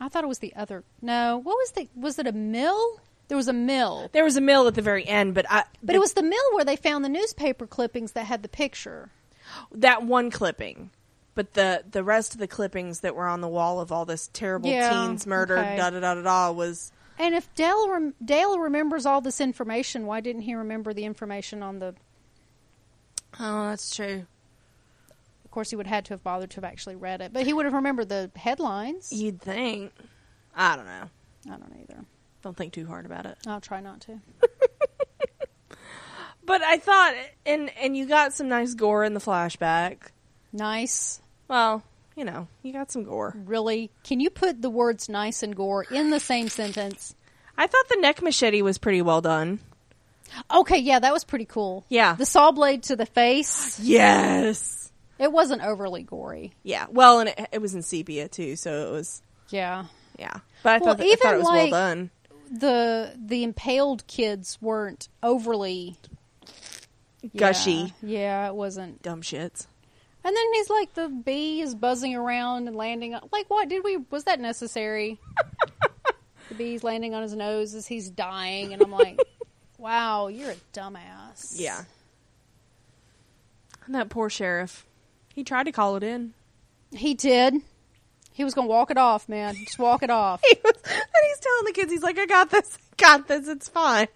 [SPEAKER 2] I thought it was the other. No, what was the? Was it a mill? There was a mill.
[SPEAKER 1] There was a mill at the very end, but I
[SPEAKER 2] But it was the mill where they found the newspaper clippings that had the picture.
[SPEAKER 1] that one clipping, but the the rest of the clippings that were on the wall of all this terrible
[SPEAKER 2] Yeah,
[SPEAKER 1] teens murdered
[SPEAKER 2] okay.
[SPEAKER 1] da da da da da was
[SPEAKER 2] And if Dale rem- Dale remembers all this information, why didn't he remember the information on the?
[SPEAKER 1] oh that's true
[SPEAKER 2] Of course, he would have had to have bothered to have actually read it, but he would have remembered the headlines.
[SPEAKER 1] you'd think I don't know
[SPEAKER 2] I don't either.
[SPEAKER 1] don't think too hard about it
[SPEAKER 2] I'll try not to.
[SPEAKER 1] but I thought and and you got some nice gore in the flashback
[SPEAKER 2] Nice,
[SPEAKER 1] well you know you got some gore
[SPEAKER 2] really. Can you put the words "nice" and "gore" in the same sentence?
[SPEAKER 1] I thought the neck machete was pretty well done
[SPEAKER 2] Okay, yeah, that was pretty cool.
[SPEAKER 1] Yeah.
[SPEAKER 2] the saw blade to the face.
[SPEAKER 1] yes
[SPEAKER 2] It wasn't overly gory.
[SPEAKER 1] Yeah. Well, and it, it was in sepia too, so it was
[SPEAKER 2] Yeah.
[SPEAKER 1] yeah. But I
[SPEAKER 2] Well,
[SPEAKER 1] thought, that, I thought
[SPEAKER 2] even,
[SPEAKER 1] it was well
[SPEAKER 2] like-
[SPEAKER 1] done.
[SPEAKER 2] The the impaled kids weren't overly yeah.
[SPEAKER 1] Gushy.
[SPEAKER 2] yeah it wasn't.
[SPEAKER 1] Dumb shits.
[SPEAKER 2] And then he's like, the bee is buzzing around and landing. On, like, what did we? Was that necessary? the bee's landing on his nose as he's dying, and I'm like, wow, you're a dumbass.
[SPEAKER 1] Yeah. And that poor sheriff. He tried to call it in.
[SPEAKER 2] he did. He was gonna walk it off, man. Just walk it off.
[SPEAKER 1] He was, and he's telling the kids, he's like, I got this. I got this. It's fine.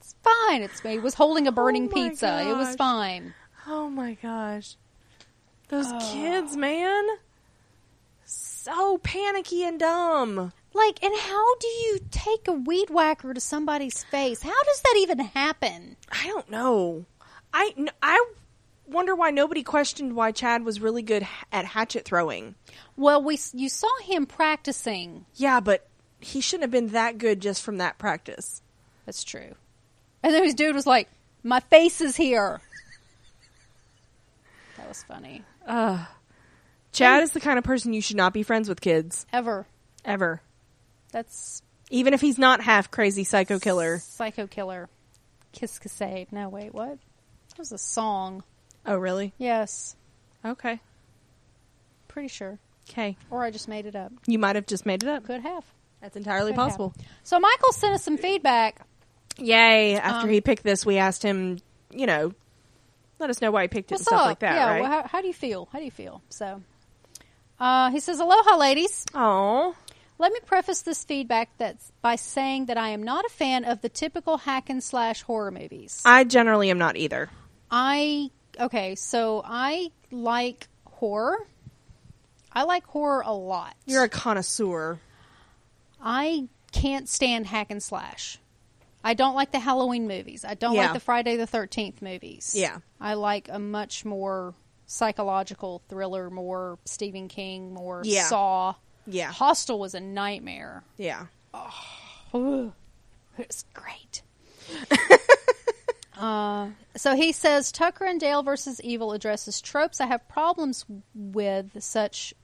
[SPEAKER 2] It's fine. It's me. He was holding a burning
[SPEAKER 1] my
[SPEAKER 2] pizza. It was
[SPEAKER 1] gosh.
[SPEAKER 2] fine.
[SPEAKER 1] Oh my gosh. Those kids, man. So panicky and dumb.
[SPEAKER 2] Like, and how do you take a weed whacker to somebody's face? How does that even happen?
[SPEAKER 1] I don't know. I, n- I wonder why nobody questioned why Chad was really good h- at hatchet throwing.
[SPEAKER 2] Well, we s- you saw him practicing.
[SPEAKER 1] Yeah, but he shouldn't have been that good just from that practice.
[SPEAKER 2] That's true. And then his dude was like, "My face is here." that was funny.
[SPEAKER 1] Chad is the kind of person you should not be friends with kids,
[SPEAKER 2] Ever.
[SPEAKER 1] ever.
[SPEAKER 2] That's
[SPEAKER 1] Even if he's not half crazy psycho killer.
[SPEAKER 2] Psycho Killer. Kiss Cassade. No, wait, what? That was a song.
[SPEAKER 1] Oh, really?
[SPEAKER 2] Yes,
[SPEAKER 1] Okay.
[SPEAKER 2] pretty sure.
[SPEAKER 1] Okay.
[SPEAKER 2] Or I just made it up.
[SPEAKER 1] You might have just made it up.
[SPEAKER 2] Could have.
[SPEAKER 1] That's entirely
[SPEAKER 2] Could
[SPEAKER 1] possible.
[SPEAKER 2] have. So Michael sent us some feedback.
[SPEAKER 1] Yay. After
[SPEAKER 2] Um,
[SPEAKER 1] he picked this, we asked him, you know, let us know why he picked it and
[SPEAKER 2] What's
[SPEAKER 1] stuff
[SPEAKER 2] up?
[SPEAKER 1] like that,
[SPEAKER 2] yeah.
[SPEAKER 1] right?
[SPEAKER 2] Well, how, how do you feel? How do you feel? So, uh, he says, "Aloha, ladies.
[SPEAKER 1] Aw.
[SPEAKER 2] Let me preface this feedback that's by saying that I am not a fan of the typical hack and slash horror movies.
[SPEAKER 1] I generally am not either.
[SPEAKER 2] I okay, so I like horror. I like horror a lot.
[SPEAKER 1] You're a connoisseur.
[SPEAKER 2] I can't stand hack and slash. I don't like the Halloween movies. I don't
[SPEAKER 1] Yeah.
[SPEAKER 2] like the Friday the 13th movies.
[SPEAKER 1] Yeah.
[SPEAKER 2] I like a much more psychological thriller, more Stephen King, more
[SPEAKER 1] Yeah.
[SPEAKER 2] Saw.
[SPEAKER 1] Yeah.
[SPEAKER 2] Hostel was a nightmare.
[SPEAKER 1] Yeah.
[SPEAKER 2] Ugh. It's great. uh, so he says Tucker and Dale versus Evil addresses tropes I have problems with, such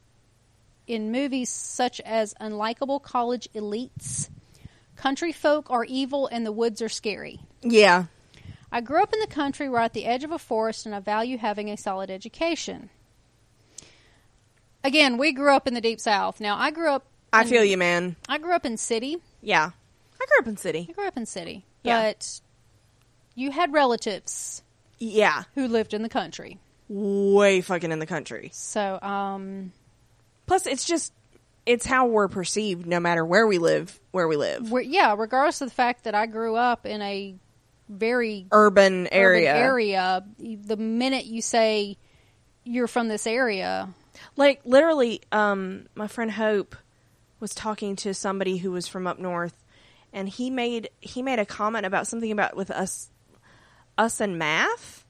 [SPEAKER 2] in movies such as unlikable college elites, country folk are evil, and the woods are scary.
[SPEAKER 1] Yeah.
[SPEAKER 2] I grew up in the country right at the edge of a forest, and I value having a solid education. Again, we grew up in the deep south. Now, I grew up.
[SPEAKER 1] I
[SPEAKER 2] in-
[SPEAKER 1] feel you, man.
[SPEAKER 2] I grew up in city.
[SPEAKER 1] Yeah. I grew up in
[SPEAKER 2] I
[SPEAKER 1] city.
[SPEAKER 2] grew up in city,
[SPEAKER 1] Yeah.
[SPEAKER 2] but you had relatives
[SPEAKER 1] Yeah.
[SPEAKER 2] who lived in the country.
[SPEAKER 1] Way fucking in the country.
[SPEAKER 2] So, um,
[SPEAKER 1] Plus, it's just, it's how we're perceived no matter where we live, where we live.
[SPEAKER 2] we yeah, regardless of the fact that I grew up in a very
[SPEAKER 1] Urban
[SPEAKER 2] urban
[SPEAKER 1] area.
[SPEAKER 2] area, the minute you say you're from this area,
[SPEAKER 1] Like literally, um, my friend Hope was talking to somebody who was from up north, and he made he made a comment about something about with us, us and math,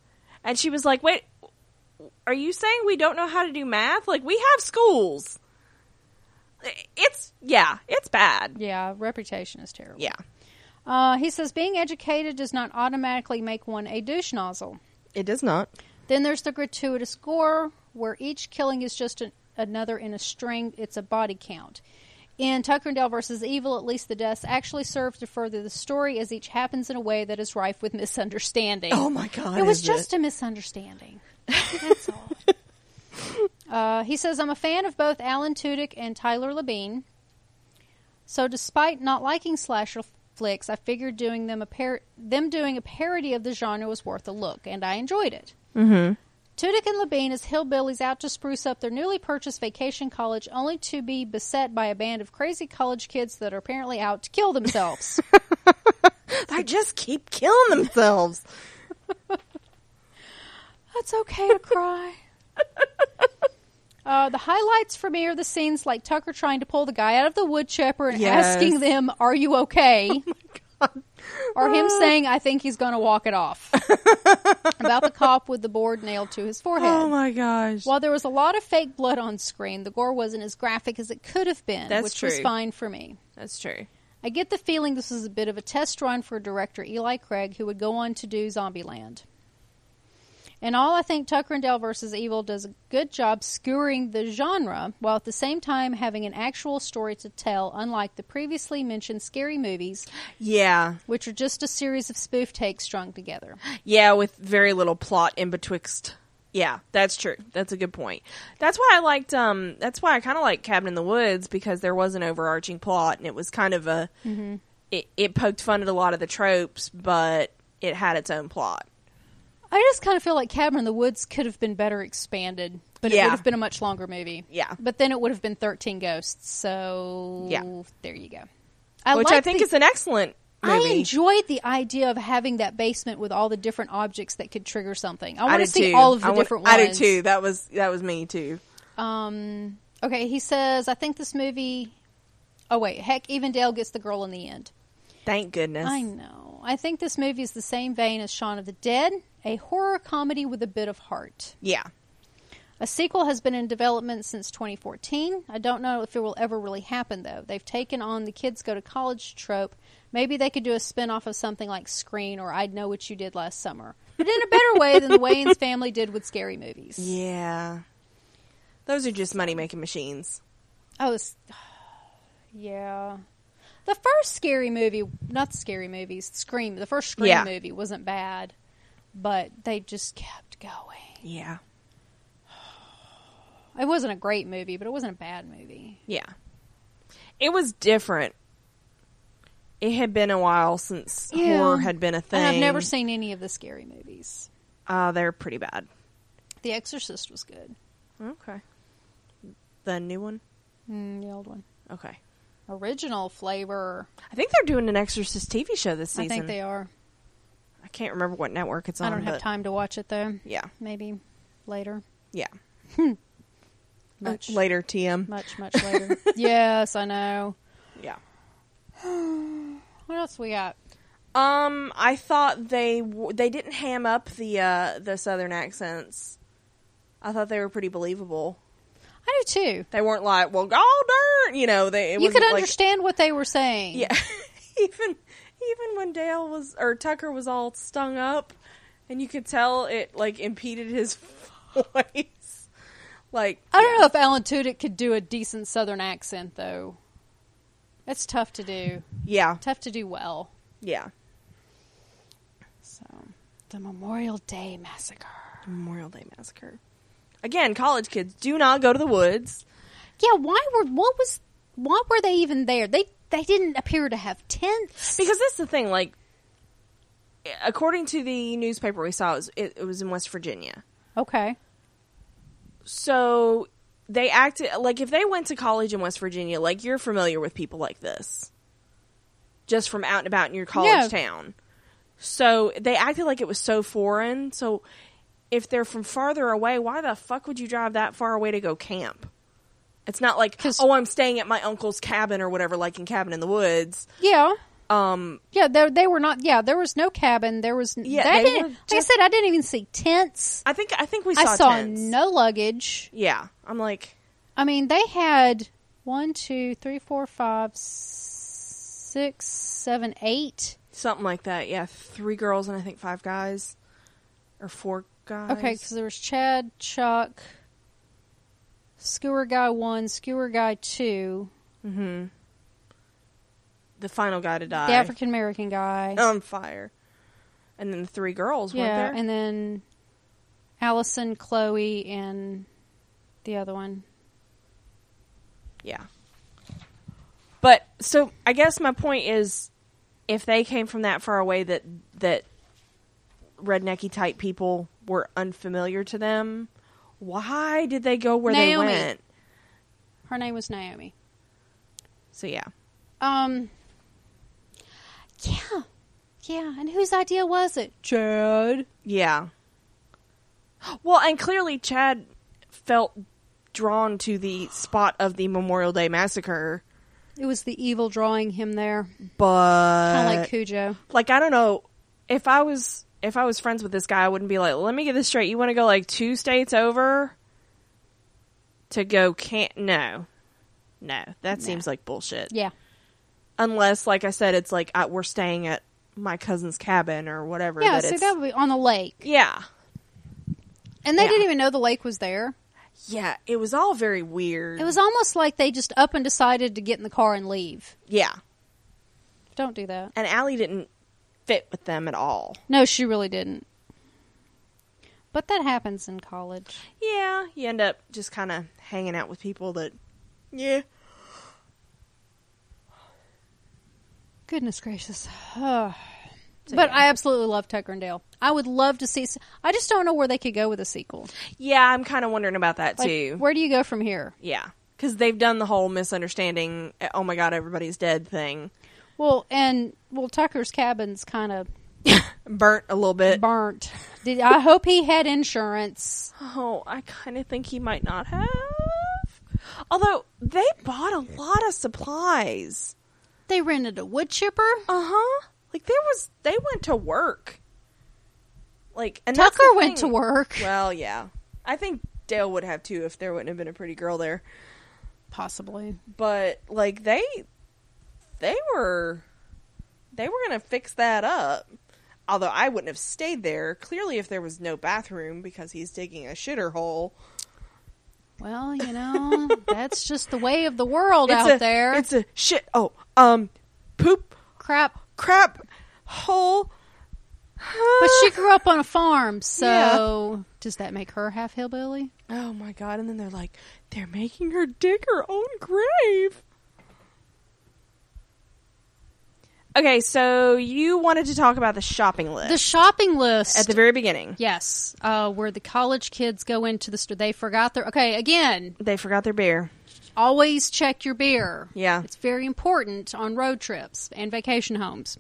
[SPEAKER 1] and she was like, "Wait, are you saying we don't know how to do math? Like we have schools. It's yeah, it's bad.
[SPEAKER 2] yeah, reputation is terrible.
[SPEAKER 1] Yeah,
[SPEAKER 2] Uh, he says being educated does not automatically make one a douche nozzle.
[SPEAKER 1] it does not.
[SPEAKER 2] Then there's the gratuitous gore, where each killing is just an, another in a string. It's a body count. In Tucker and Dale versus Evil, at least the deaths actually serve to further the story, as each happens in a way that is rife with misunderstanding.
[SPEAKER 1] Oh my god,
[SPEAKER 2] it was
[SPEAKER 1] is
[SPEAKER 2] just a misunderstanding. That's all. Uh, he says, I'm a fan of both Alan Tudyk and Tyler Labine. So, despite not liking slasher flicks, I figured doing them a par- them doing a parody of the genre was worth a look, and I enjoyed it.
[SPEAKER 1] Mm-hmm.
[SPEAKER 2] Tudyk and Labine as hillbillies out to spruce up their newly purchased vacation college, only to be beset by a band of crazy college kids that are apparently out to kill themselves.
[SPEAKER 1] they just keep killing themselves.
[SPEAKER 2] That's okay to cry. Uh, the highlights for me are the scenes like Tucker trying to pull the guy out of the wood chipper and
[SPEAKER 1] Yes. Oh
[SPEAKER 2] asking them, "Are you okay?" or him
[SPEAKER 1] Ah.
[SPEAKER 2] saying, "I think he's going to walk it off." About the cop with the board nailed to his forehead.
[SPEAKER 1] oh my gosh,
[SPEAKER 2] While there was a lot of fake blood on screen, the gore wasn't as graphic as it could have been,
[SPEAKER 1] That's
[SPEAKER 2] which was
[SPEAKER 1] true.
[SPEAKER 2] fine for me.
[SPEAKER 1] that's true.
[SPEAKER 2] I get the feeling this is a bit of a test run for director Eli Craig, who would go on to do Zombieland. In all, I think Tucker and Dale versus Evil does a good job skewering the genre while at the same time having an actual story to tell, unlike the previously mentioned scary movies,
[SPEAKER 1] Yeah.
[SPEAKER 2] which are just a series of spoof takes strung together.
[SPEAKER 1] Yeah, with very little plot in betwixt. Yeah, that's true. That's a good point. That's why I liked um that's why I kind of like Cabin in the Woods because there was an overarching plot and it was kind of a
[SPEAKER 2] Mm-hmm.
[SPEAKER 1] it, it poked fun at a lot of the tropes, but it had its own plot.
[SPEAKER 2] I just kind of feel like Cabin in the Woods could have been better expanded, but it
[SPEAKER 1] Yeah.
[SPEAKER 2] would have been a much longer movie.
[SPEAKER 1] Yeah.
[SPEAKER 2] But then it would have been 13 Ghosts, so
[SPEAKER 1] Yeah.
[SPEAKER 2] there you go. I
[SPEAKER 1] which I
[SPEAKER 2] like
[SPEAKER 1] think
[SPEAKER 2] the-
[SPEAKER 1] is an excellent movie.
[SPEAKER 2] I enjoyed the idea of having that basement with all the different objects that could trigger something. I
[SPEAKER 1] I
[SPEAKER 2] want to
[SPEAKER 1] did
[SPEAKER 2] see
[SPEAKER 1] too.
[SPEAKER 2] all of the
[SPEAKER 1] I wa-
[SPEAKER 2] different ones.
[SPEAKER 1] I did too. That was that was me too.
[SPEAKER 2] Um, okay, he says, I think this movie. Oh, wait. Heck, even Dale gets the girl in the end.
[SPEAKER 1] Thank goodness.
[SPEAKER 2] I know. I think this movie is the same vein as Shaun of the Dead, a horror comedy with a bit of heart.
[SPEAKER 1] Yeah.
[SPEAKER 2] A sequel has been in development since 2014. I don't know if it will ever really happen, though. They've taken on the kids go to college trope. Maybe they could do a spin off of something like Screen or I'd Know What You Did Last Summer, but in a better way than the Wayans family did with scary movies.
[SPEAKER 1] Yeah. Those are just money making machines.
[SPEAKER 2] Oh, this, yeah. The first scary movie, not scary movies, Scream, the first Scream
[SPEAKER 1] Yeah.
[SPEAKER 2] movie wasn't bad, but they just kept going.
[SPEAKER 1] Yeah.
[SPEAKER 2] It wasn't a great movie, but it wasn't a bad movie.
[SPEAKER 1] Yeah. It was different. It had been a while since
[SPEAKER 2] Yeah.
[SPEAKER 1] horror had been a thing.
[SPEAKER 2] And I've never seen any of the scary movies.
[SPEAKER 1] Uh, they're pretty bad.
[SPEAKER 2] The Exorcist was good.
[SPEAKER 1] Okay. The new one?
[SPEAKER 2] Mm, the old one.
[SPEAKER 1] Okay.
[SPEAKER 2] Original flavor.
[SPEAKER 1] I think they're doing an Exorcist TV show this season.
[SPEAKER 2] I think they are.
[SPEAKER 1] I can't remember what network it's on.
[SPEAKER 2] I don't have
[SPEAKER 1] but-
[SPEAKER 2] time to watch it though.
[SPEAKER 1] Yeah.
[SPEAKER 2] Maybe later.
[SPEAKER 1] Yeah. Uh,
[SPEAKER 2] Much
[SPEAKER 1] Later, TM.
[SPEAKER 2] Much, much later. yes, I know.
[SPEAKER 1] Yeah.
[SPEAKER 2] What else we got?
[SPEAKER 1] Um, I thought they w- they didn't ham up the uh, the southern accents. I thought they were pretty believable.
[SPEAKER 2] I do too.
[SPEAKER 1] They weren't like, well, god darn, you know. They it
[SPEAKER 2] you could
[SPEAKER 1] wasn't like-
[SPEAKER 2] understand what they were saying.
[SPEAKER 1] Yeah. even even when Dale was or Tucker was all stung up and you could tell it like impeded his voice. Like
[SPEAKER 2] I don't know if Alan Tudyk could do a decent Southern accent though. It's tough to do.
[SPEAKER 1] Yeah.
[SPEAKER 2] Tough to do well.
[SPEAKER 1] Yeah.
[SPEAKER 2] So, the Memorial Day Massacre.
[SPEAKER 1] Memorial Day massacre. Again, college kids do not go to the woods.
[SPEAKER 2] Yeah, why were what was why were they even there? They they didn't appear to have tents.
[SPEAKER 1] Because that's the thing, like according to the newspaper we saw, it was, it, it was in West Virginia.
[SPEAKER 2] okay,
[SPEAKER 1] So they acted like if they went to college in West Virginia, like you're familiar with people like this, just from out and about in your college
[SPEAKER 2] Yeah.
[SPEAKER 1] town. So they acted like it was so foreign. So if they're from farther away, why the fuck would you drive that far away to go camp? It's not like
[SPEAKER 2] 'Cause-
[SPEAKER 1] oh, I'm staying at my uncle's cabin or whatever, like in Cabin in the Woods.
[SPEAKER 2] yeah,
[SPEAKER 1] Um,
[SPEAKER 2] yeah. They they were not. Yeah, there was no cabin. There was.
[SPEAKER 1] Yeah,
[SPEAKER 2] Yeah, I
[SPEAKER 1] they
[SPEAKER 2] didn't,
[SPEAKER 1] were
[SPEAKER 2] like I
[SPEAKER 1] just-
[SPEAKER 2] said, I didn't even see tents.
[SPEAKER 1] I think I think we saw.
[SPEAKER 2] I saw
[SPEAKER 1] tents.
[SPEAKER 2] no luggage.
[SPEAKER 1] Yeah, I'm like
[SPEAKER 2] I mean, they had one, two, three, four, five, six, seven, eight.
[SPEAKER 1] something like that. Yeah, three girls and I think five guys or four guys.
[SPEAKER 2] Okay, because there was Chad, Chuck, Skewer Guy one, Skewer Guy two,
[SPEAKER 1] hmm The final guy to die. Um,
[SPEAKER 2] the African American guy.
[SPEAKER 1] on fire. And then the three girls
[SPEAKER 2] yeah,
[SPEAKER 1] weren't there?
[SPEAKER 2] and then Allison, Chloe, and the other one.
[SPEAKER 1] yeah. But so I guess my point is if they came from that far away that that rednecky type people were unfamiliar to them, why did they go where
[SPEAKER 2] Naomi.
[SPEAKER 1] they went?
[SPEAKER 2] Her name was Naomi.
[SPEAKER 1] So yeah.
[SPEAKER 2] Um. Yeah, yeah. And whose idea was it? Chad.
[SPEAKER 1] Yeah. Well, and clearly Chad felt drawn to the spot of the Memorial Day massacre,
[SPEAKER 2] It was the evil drawing him there,
[SPEAKER 1] but
[SPEAKER 2] kind of like Cujo.
[SPEAKER 1] like I don't know if I was if I was friends with this guy, I wouldn't be like, let me get this straight. You want to go like two states over to go can't no, no. That
[SPEAKER 2] No.
[SPEAKER 1] seems like bullshit.
[SPEAKER 2] Yeah.
[SPEAKER 1] Unless, like I said, it's like I, we're staying at my cousin's cabin or whatever.
[SPEAKER 2] Yeah.
[SPEAKER 1] that
[SPEAKER 2] So
[SPEAKER 1] it's,
[SPEAKER 2] that would be on the lake.
[SPEAKER 1] yeah,
[SPEAKER 2] And they
[SPEAKER 1] Yeah.
[SPEAKER 2] didn't even know the lake was there.
[SPEAKER 1] Yeah, it was all very weird.
[SPEAKER 2] It was almost like they just up and decided to get in the car and leave.
[SPEAKER 1] yeah,
[SPEAKER 2] Don't do that.
[SPEAKER 1] and Allie didn't fit with them at all.
[SPEAKER 2] No, she really didn't. But that happens in college.
[SPEAKER 1] Yeah, you end up just kind of hanging out with people that, yeah,
[SPEAKER 2] Goodness gracious. but I absolutely love Tucker and Dale. I would love to see. s- I just don't know where they could go with a sequel.
[SPEAKER 1] yeah. I'm kind of wondering about that
[SPEAKER 2] Like,
[SPEAKER 1] too.
[SPEAKER 2] where do you go from here?
[SPEAKER 1] Yeah, because they've done the whole misunderstanding. uh, Oh my god, everybody's dead thing.
[SPEAKER 2] Well, and well, Tucker's cabin's kind of
[SPEAKER 1] Burnt a little bit.
[SPEAKER 2] burnt. Did I hope he had insurance?
[SPEAKER 1] Oh, I kind of think he might not have. Although they bought a lot of supplies.
[SPEAKER 2] They rented a wood chipper.
[SPEAKER 1] Uh huh. Like there was, they went to work. Like and that's
[SPEAKER 2] Tucker
[SPEAKER 1] the
[SPEAKER 2] went to
[SPEAKER 1] thing.
[SPEAKER 2] work.
[SPEAKER 1] Well, yeah. I think Dale would have too if there wouldn't have been a pretty girl there.
[SPEAKER 2] Possibly.
[SPEAKER 1] But like they, they were, they were gonna fix that up. Although I wouldn't have stayed there. Clearly, if there was no bathroom because he's digging a shitter hole.
[SPEAKER 2] Well, you know, that's just the way of the world
[SPEAKER 1] it's
[SPEAKER 2] out
[SPEAKER 1] a,
[SPEAKER 2] there.
[SPEAKER 1] It's a shit. Oh, um, poop,
[SPEAKER 2] crap.
[SPEAKER 1] crap, hole.
[SPEAKER 2] But she grew up on a farm, so does that make her half hillbilly?
[SPEAKER 1] Oh my god! And then they're like, they're making her dig her own grave. Okay, so you wanted to talk about the shopping list
[SPEAKER 2] The shopping list.
[SPEAKER 1] Uh, at the very beginning.
[SPEAKER 2] yes, uh, where the college kids go into the store. They forgot their. Okay, again,
[SPEAKER 1] They forgot their beer.
[SPEAKER 2] always check your beer.
[SPEAKER 1] Yeah.
[SPEAKER 2] It's very important on road trips and vacation homes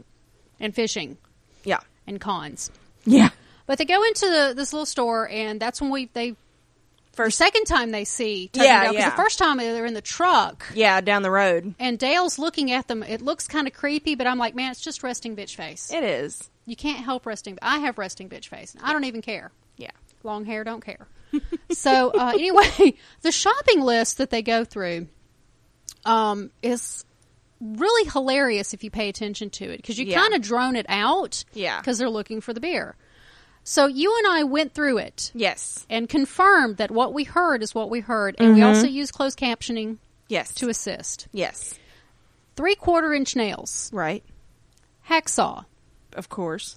[SPEAKER 2] and fishing
[SPEAKER 1] Yeah,
[SPEAKER 2] and cons.
[SPEAKER 1] yeah.
[SPEAKER 2] But they go into the, this little store, and that's when we they
[SPEAKER 1] First-
[SPEAKER 2] first second time they see
[SPEAKER 1] Yeah,
[SPEAKER 2] yeah, Dale, 'cause
[SPEAKER 1] yeah.
[SPEAKER 2] The first time they're in the truck,
[SPEAKER 1] Yeah, down the road.
[SPEAKER 2] and Dale's looking at them. It looks kind of creepy, but I'm like, man, it's just resting bitch face.
[SPEAKER 1] It is.
[SPEAKER 2] You can't help resting. I have resting bitch face. and I don't even care.
[SPEAKER 1] Yeah.
[SPEAKER 2] Long hair, don't care. so uh, anyway, the shopping list that they go through um, is really hilarious if you pay attention to it because you
[SPEAKER 1] Yeah.
[SPEAKER 2] kind of drone it out.
[SPEAKER 1] Yeah.
[SPEAKER 2] because they're looking for the beer. So you and I went through it
[SPEAKER 1] Yes.
[SPEAKER 2] and confirmed that what we heard is what we heard, and
[SPEAKER 1] Mm-hmm.
[SPEAKER 2] we also used closed captioning
[SPEAKER 1] Yes.
[SPEAKER 2] to assist.
[SPEAKER 1] yes.
[SPEAKER 2] Three quarter inch nails,
[SPEAKER 1] Right.
[SPEAKER 2] hacksaw,
[SPEAKER 1] Of course.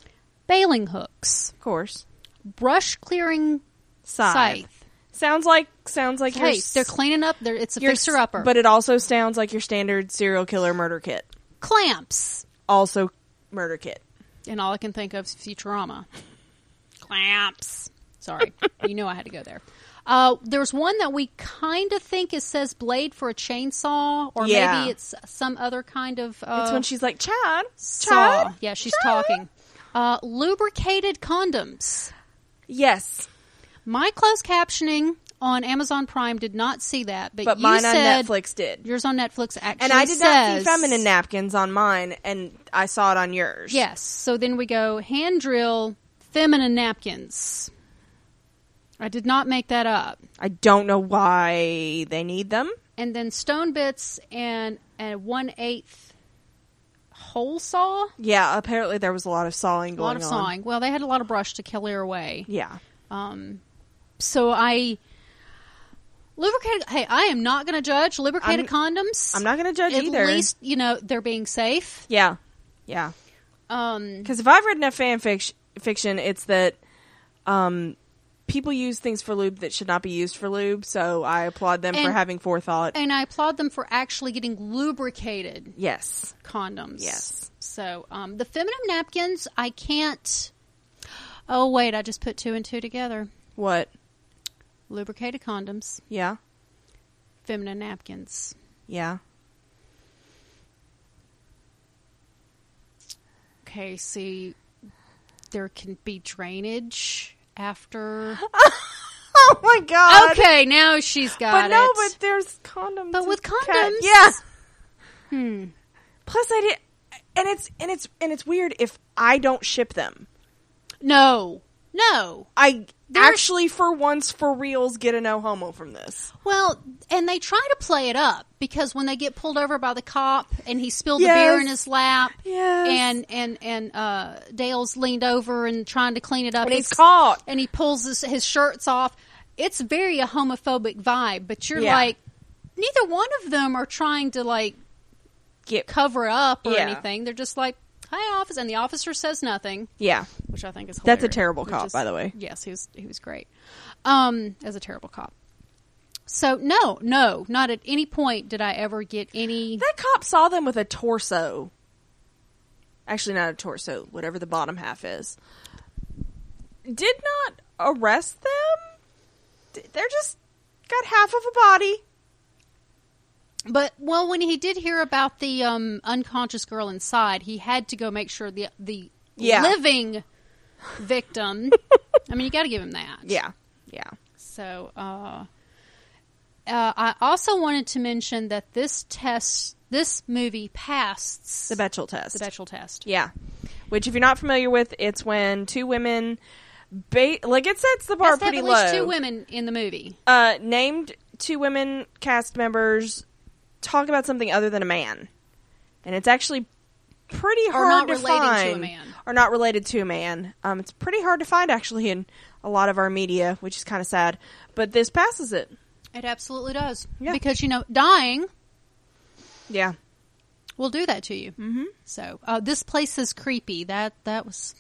[SPEAKER 2] bailing hooks,
[SPEAKER 1] Of course.
[SPEAKER 2] brush clearing
[SPEAKER 1] Scythe.
[SPEAKER 2] Scythe.
[SPEAKER 1] Sounds like sounds like your
[SPEAKER 2] Hey,
[SPEAKER 1] s-
[SPEAKER 2] they're cleaning up. They're, it's a
[SPEAKER 1] your
[SPEAKER 2] fixer
[SPEAKER 1] s-
[SPEAKER 2] upper.
[SPEAKER 1] But it also sounds like your standard serial killer murder kit.
[SPEAKER 2] clamps,
[SPEAKER 1] Also murder kit.
[SPEAKER 2] and all I can think of is Futurama. Clamps. Sorry, you know I had to go there. Uh, there's one that we kind of think it says blade for a chainsaw, or
[SPEAKER 1] Yeah.
[SPEAKER 2] maybe it's some other kind of. Uh,
[SPEAKER 1] It's when she's like, Chad,
[SPEAKER 2] saw.
[SPEAKER 1] Chad.
[SPEAKER 2] Yeah, she's
[SPEAKER 1] Chad?"
[SPEAKER 2] talking. Uh, lubricated condoms.
[SPEAKER 1] Yes,
[SPEAKER 2] My closed captioning on Amazon Prime did not see that, but,
[SPEAKER 1] but
[SPEAKER 2] you
[SPEAKER 1] mine on
[SPEAKER 2] said
[SPEAKER 1] Netflix did,
[SPEAKER 2] yours on Netflix actually
[SPEAKER 1] and I did not see
[SPEAKER 2] says-
[SPEAKER 1] feminine napkins on mine, and I saw it on yours.
[SPEAKER 2] Yes. So then we go hand drill feminine napkins. I did not make that up.
[SPEAKER 1] I don't know why they need them.
[SPEAKER 2] And then stone bits and a one eighth hole saw.
[SPEAKER 1] Yeah, apparently there was a lot of sawing
[SPEAKER 2] A
[SPEAKER 1] going
[SPEAKER 2] lot of
[SPEAKER 1] on.
[SPEAKER 2] sawing. Well, they had a lot of brush to clear away.
[SPEAKER 1] Yeah,
[SPEAKER 2] Um, so I lubricated. Hey, I am not going to judge lubricated condoms.
[SPEAKER 1] I'm not going to judge
[SPEAKER 2] At
[SPEAKER 1] either.
[SPEAKER 2] least you know they're being safe.
[SPEAKER 1] yeah, yeah.
[SPEAKER 2] Um,
[SPEAKER 1] Because if I've read enough fan fic- fiction, it's that um, people use things for lube that should not be used for lube. So I applaud them for
[SPEAKER 2] And-
[SPEAKER 1] having forethought.
[SPEAKER 2] and I applaud them for actually getting lubricated
[SPEAKER 1] yes,
[SPEAKER 2] condoms.
[SPEAKER 1] Yes.
[SPEAKER 2] So um, the feminine napkins, I can't. Oh wait, I just put two and two together.
[SPEAKER 1] what?
[SPEAKER 2] Lubricated condoms,
[SPEAKER 1] Yeah,
[SPEAKER 2] feminine napkins.
[SPEAKER 1] yeah.
[SPEAKER 2] Okay, see, there can be drainage after.
[SPEAKER 1] Oh my god.
[SPEAKER 2] Okay, now she's got
[SPEAKER 1] But no,
[SPEAKER 2] it.
[SPEAKER 1] but there's condoms.
[SPEAKER 2] But with
[SPEAKER 1] and cat-
[SPEAKER 2] condoms-
[SPEAKER 1] yeah.
[SPEAKER 2] Hmm.
[SPEAKER 1] Plus, I did, and it's and it's and it's weird if I don't ship them.
[SPEAKER 2] No. No.
[SPEAKER 1] I
[SPEAKER 2] There's-
[SPEAKER 1] actually, for once, for reals, get a no homo from this.
[SPEAKER 2] Well, and they try to play it up because when they get pulled over by the cop and he spilled
[SPEAKER 1] Yes.
[SPEAKER 2] the beer in his lap,
[SPEAKER 1] Yes.
[SPEAKER 2] and and and uh, Dale's leaned over and trying to clean it up,
[SPEAKER 1] And he's
[SPEAKER 2] It's-
[SPEAKER 1] caught.
[SPEAKER 2] and he pulls his, his shirts off. It's very a homophobic vibe, but you're
[SPEAKER 1] Yeah.
[SPEAKER 2] like, neither one of them are trying to like
[SPEAKER 1] Get
[SPEAKER 2] cover up or
[SPEAKER 1] Yeah.
[SPEAKER 2] anything. They're just like, "Hi, officer," and the officer says nothing
[SPEAKER 1] yeah.
[SPEAKER 2] which I think is
[SPEAKER 1] That's a
[SPEAKER 2] hilarious.
[SPEAKER 1] terrible
[SPEAKER 2] Which
[SPEAKER 1] cop,
[SPEAKER 2] is-
[SPEAKER 1] by the way.
[SPEAKER 2] Yes, he was he was great. Um, as a terrible cop. So no, no, not at any point did I ever get any.
[SPEAKER 1] That cop saw them with a torso. Actually, not a torso. Whatever the bottom half is. Did not arrest them. D- They're just got half of a body.
[SPEAKER 2] But well, when he did hear about the um, unconscious girl inside, he had to go make sure the the
[SPEAKER 1] Yeah.
[SPEAKER 2] living victim. I mean, you got to give him that.
[SPEAKER 1] Yeah. Yeah.
[SPEAKER 2] So, uh, uh, I also wanted to mention that this test, this movie passed
[SPEAKER 1] The Betchel test.
[SPEAKER 2] the Bechdel test.
[SPEAKER 1] Yeah. Which, if you're not familiar with, it's when two women, ba- like it sets the bar
[SPEAKER 2] Has to have
[SPEAKER 1] pretty
[SPEAKER 2] at least
[SPEAKER 1] low.
[SPEAKER 2] two women in the movie.
[SPEAKER 1] Uh, named two women cast members talk about something other than a man, and it's actually pretty
[SPEAKER 2] Or
[SPEAKER 1] hard
[SPEAKER 2] not
[SPEAKER 1] to
[SPEAKER 2] relating to a
[SPEAKER 1] find,
[SPEAKER 2] man.
[SPEAKER 1] or not related to a man. Um, it's pretty hard to find actually in a lot of our media, which is kind of sad. But this passes it.
[SPEAKER 2] It absolutely does.
[SPEAKER 1] Yeah.
[SPEAKER 2] Because, you know, dying
[SPEAKER 1] Yeah.
[SPEAKER 2] will do that to you. Mm-hmm. So, uh, this place is creepy. That that was.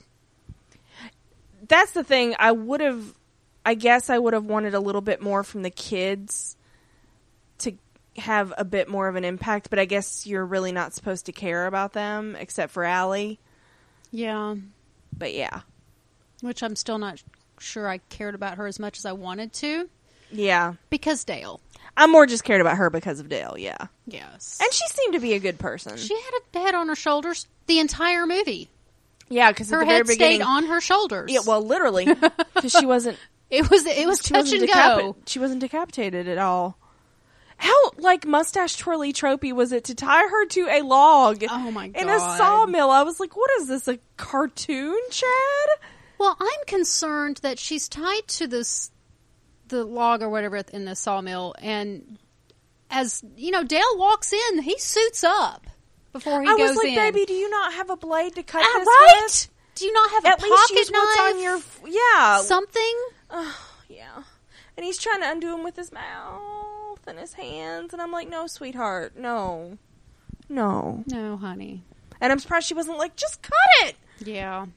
[SPEAKER 1] that's the thing. I would have, I guess, I would have wanted a little bit more from the kids to have a bit more of an impact. But I guess you're really not supposed to care about them except for Allie.
[SPEAKER 2] Yeah.
[SPEAKER 1] But yeah,
[SPEAKER 2] Which I'm still not sure I cared about her as much as I wanted to.
[SPEAKER 1] yeah,
[SPEAKER 2] Because Dale.
[SPEAKER 1] I'm more just cared about her because of Dale. Yeah,
[SPEAKER 2] Yes.
[SPEAKER 1] and she seemed to be a good person.
[SPEAKER 2] she had a head on her shoulders the entire movie.
[SPEAKER 1] yeah, because at
[SPEAKER 2] Her
[SPEAKER 1] the very
[SPEAKER 2] head stayed
[SPEAKER 1] beginning,
[SPEAKER 2] on her shoulders.
[SPEAKER 1] yeah, well, literally, because she wasn't
[SPEAKER 2] it was it was
[SPEAKER 1] she
[SPEAKER 2] touch
[SPEAKER 1] wasn't
[SPEAKER 2] and
[SPEAKER 1] decapit-
[SPEAKER 2] go.
[SPEAKER 1] She wasn't decapitated at all. How like mustache twirly tropey was it to tie her to a log?
[SPEAKER 2] Oh, my
[SPEAKER 1] In a
[SPEAKER 2] God.
[SPEAKER 1] sawmill, I was like, "What is this? A cartoon, Chad?"
[SPEAKER 2] Well, I'm concerned that she's tied to this the log or whatever in the sawmill, and as you know, Dale walks in, he suits up before he
[SPEAKER 1] I
[SPEAKER 2] goes
[SPEAKER 1] was like,
[SPEAKER 2] in.
[SPEAKER 1] "Baby, do you not have a blade to cut
[SPEAKER 2] Ah,
[SPEAKER 1] this
[SPEAKER 2] right?
[SPEAKER 1] with?
[SPEAKER 2] Do you not have
[SPEAKER 1] At
[SPEAKER 2] a
[SPEAKER 1] least
[SPEAKER 2] pocket
[SPEAKER 1] use
[SPEAKER 2] knife?
[SPEAKER 1] what's on your f- yeah,
[SPEAKER 2] something?
[SPEAKER 1] yeah." And he's trying to undo him with his mouth and his hands, and I'm like, "No, sweetheart, no, no."
[SPEAKER 2] No, honey.
[SPEAKER 1] And I'm surprised she wasn't like, "Just cut it."
[SPEAKER 2] Yeah,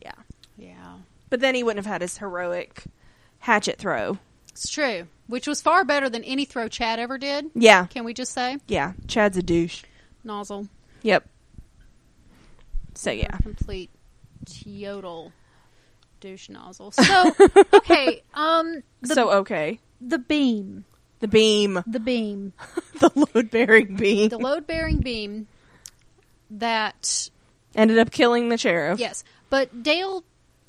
[SPEAKER 1] Yeah,
[SPEAKER 2] yeah,
[SPEAKER 1] but then he wouldn't have had his heroic hatchet throw.
[SPEAKER 2] it's true. Which was far better than any throw Chad ever did.
[SPEAKER 1] Yeah.
[SPEAKER 2] Can we just say
[SPEAKER 1] Yeah. Chad's a douche.
[SPEAKER 2] nozzle?
[SPEAKER 1] Yep. So yeah.
[SPEAKER 2] complete total douche nozzle. So okay, um, the,
[SPEAKER 1] so okay.
[SPEAKER 2] the beam,
[SPEAKER 1] The beam.
[SPEAKER 2] the beam,
[SPEAKER 1] The load bearing beam.
[SPEAKER 2] the load bearing beam that
[SPEAKER 1] Ended up killing the sheriff.
[SPEAKER 2] yes, but Dale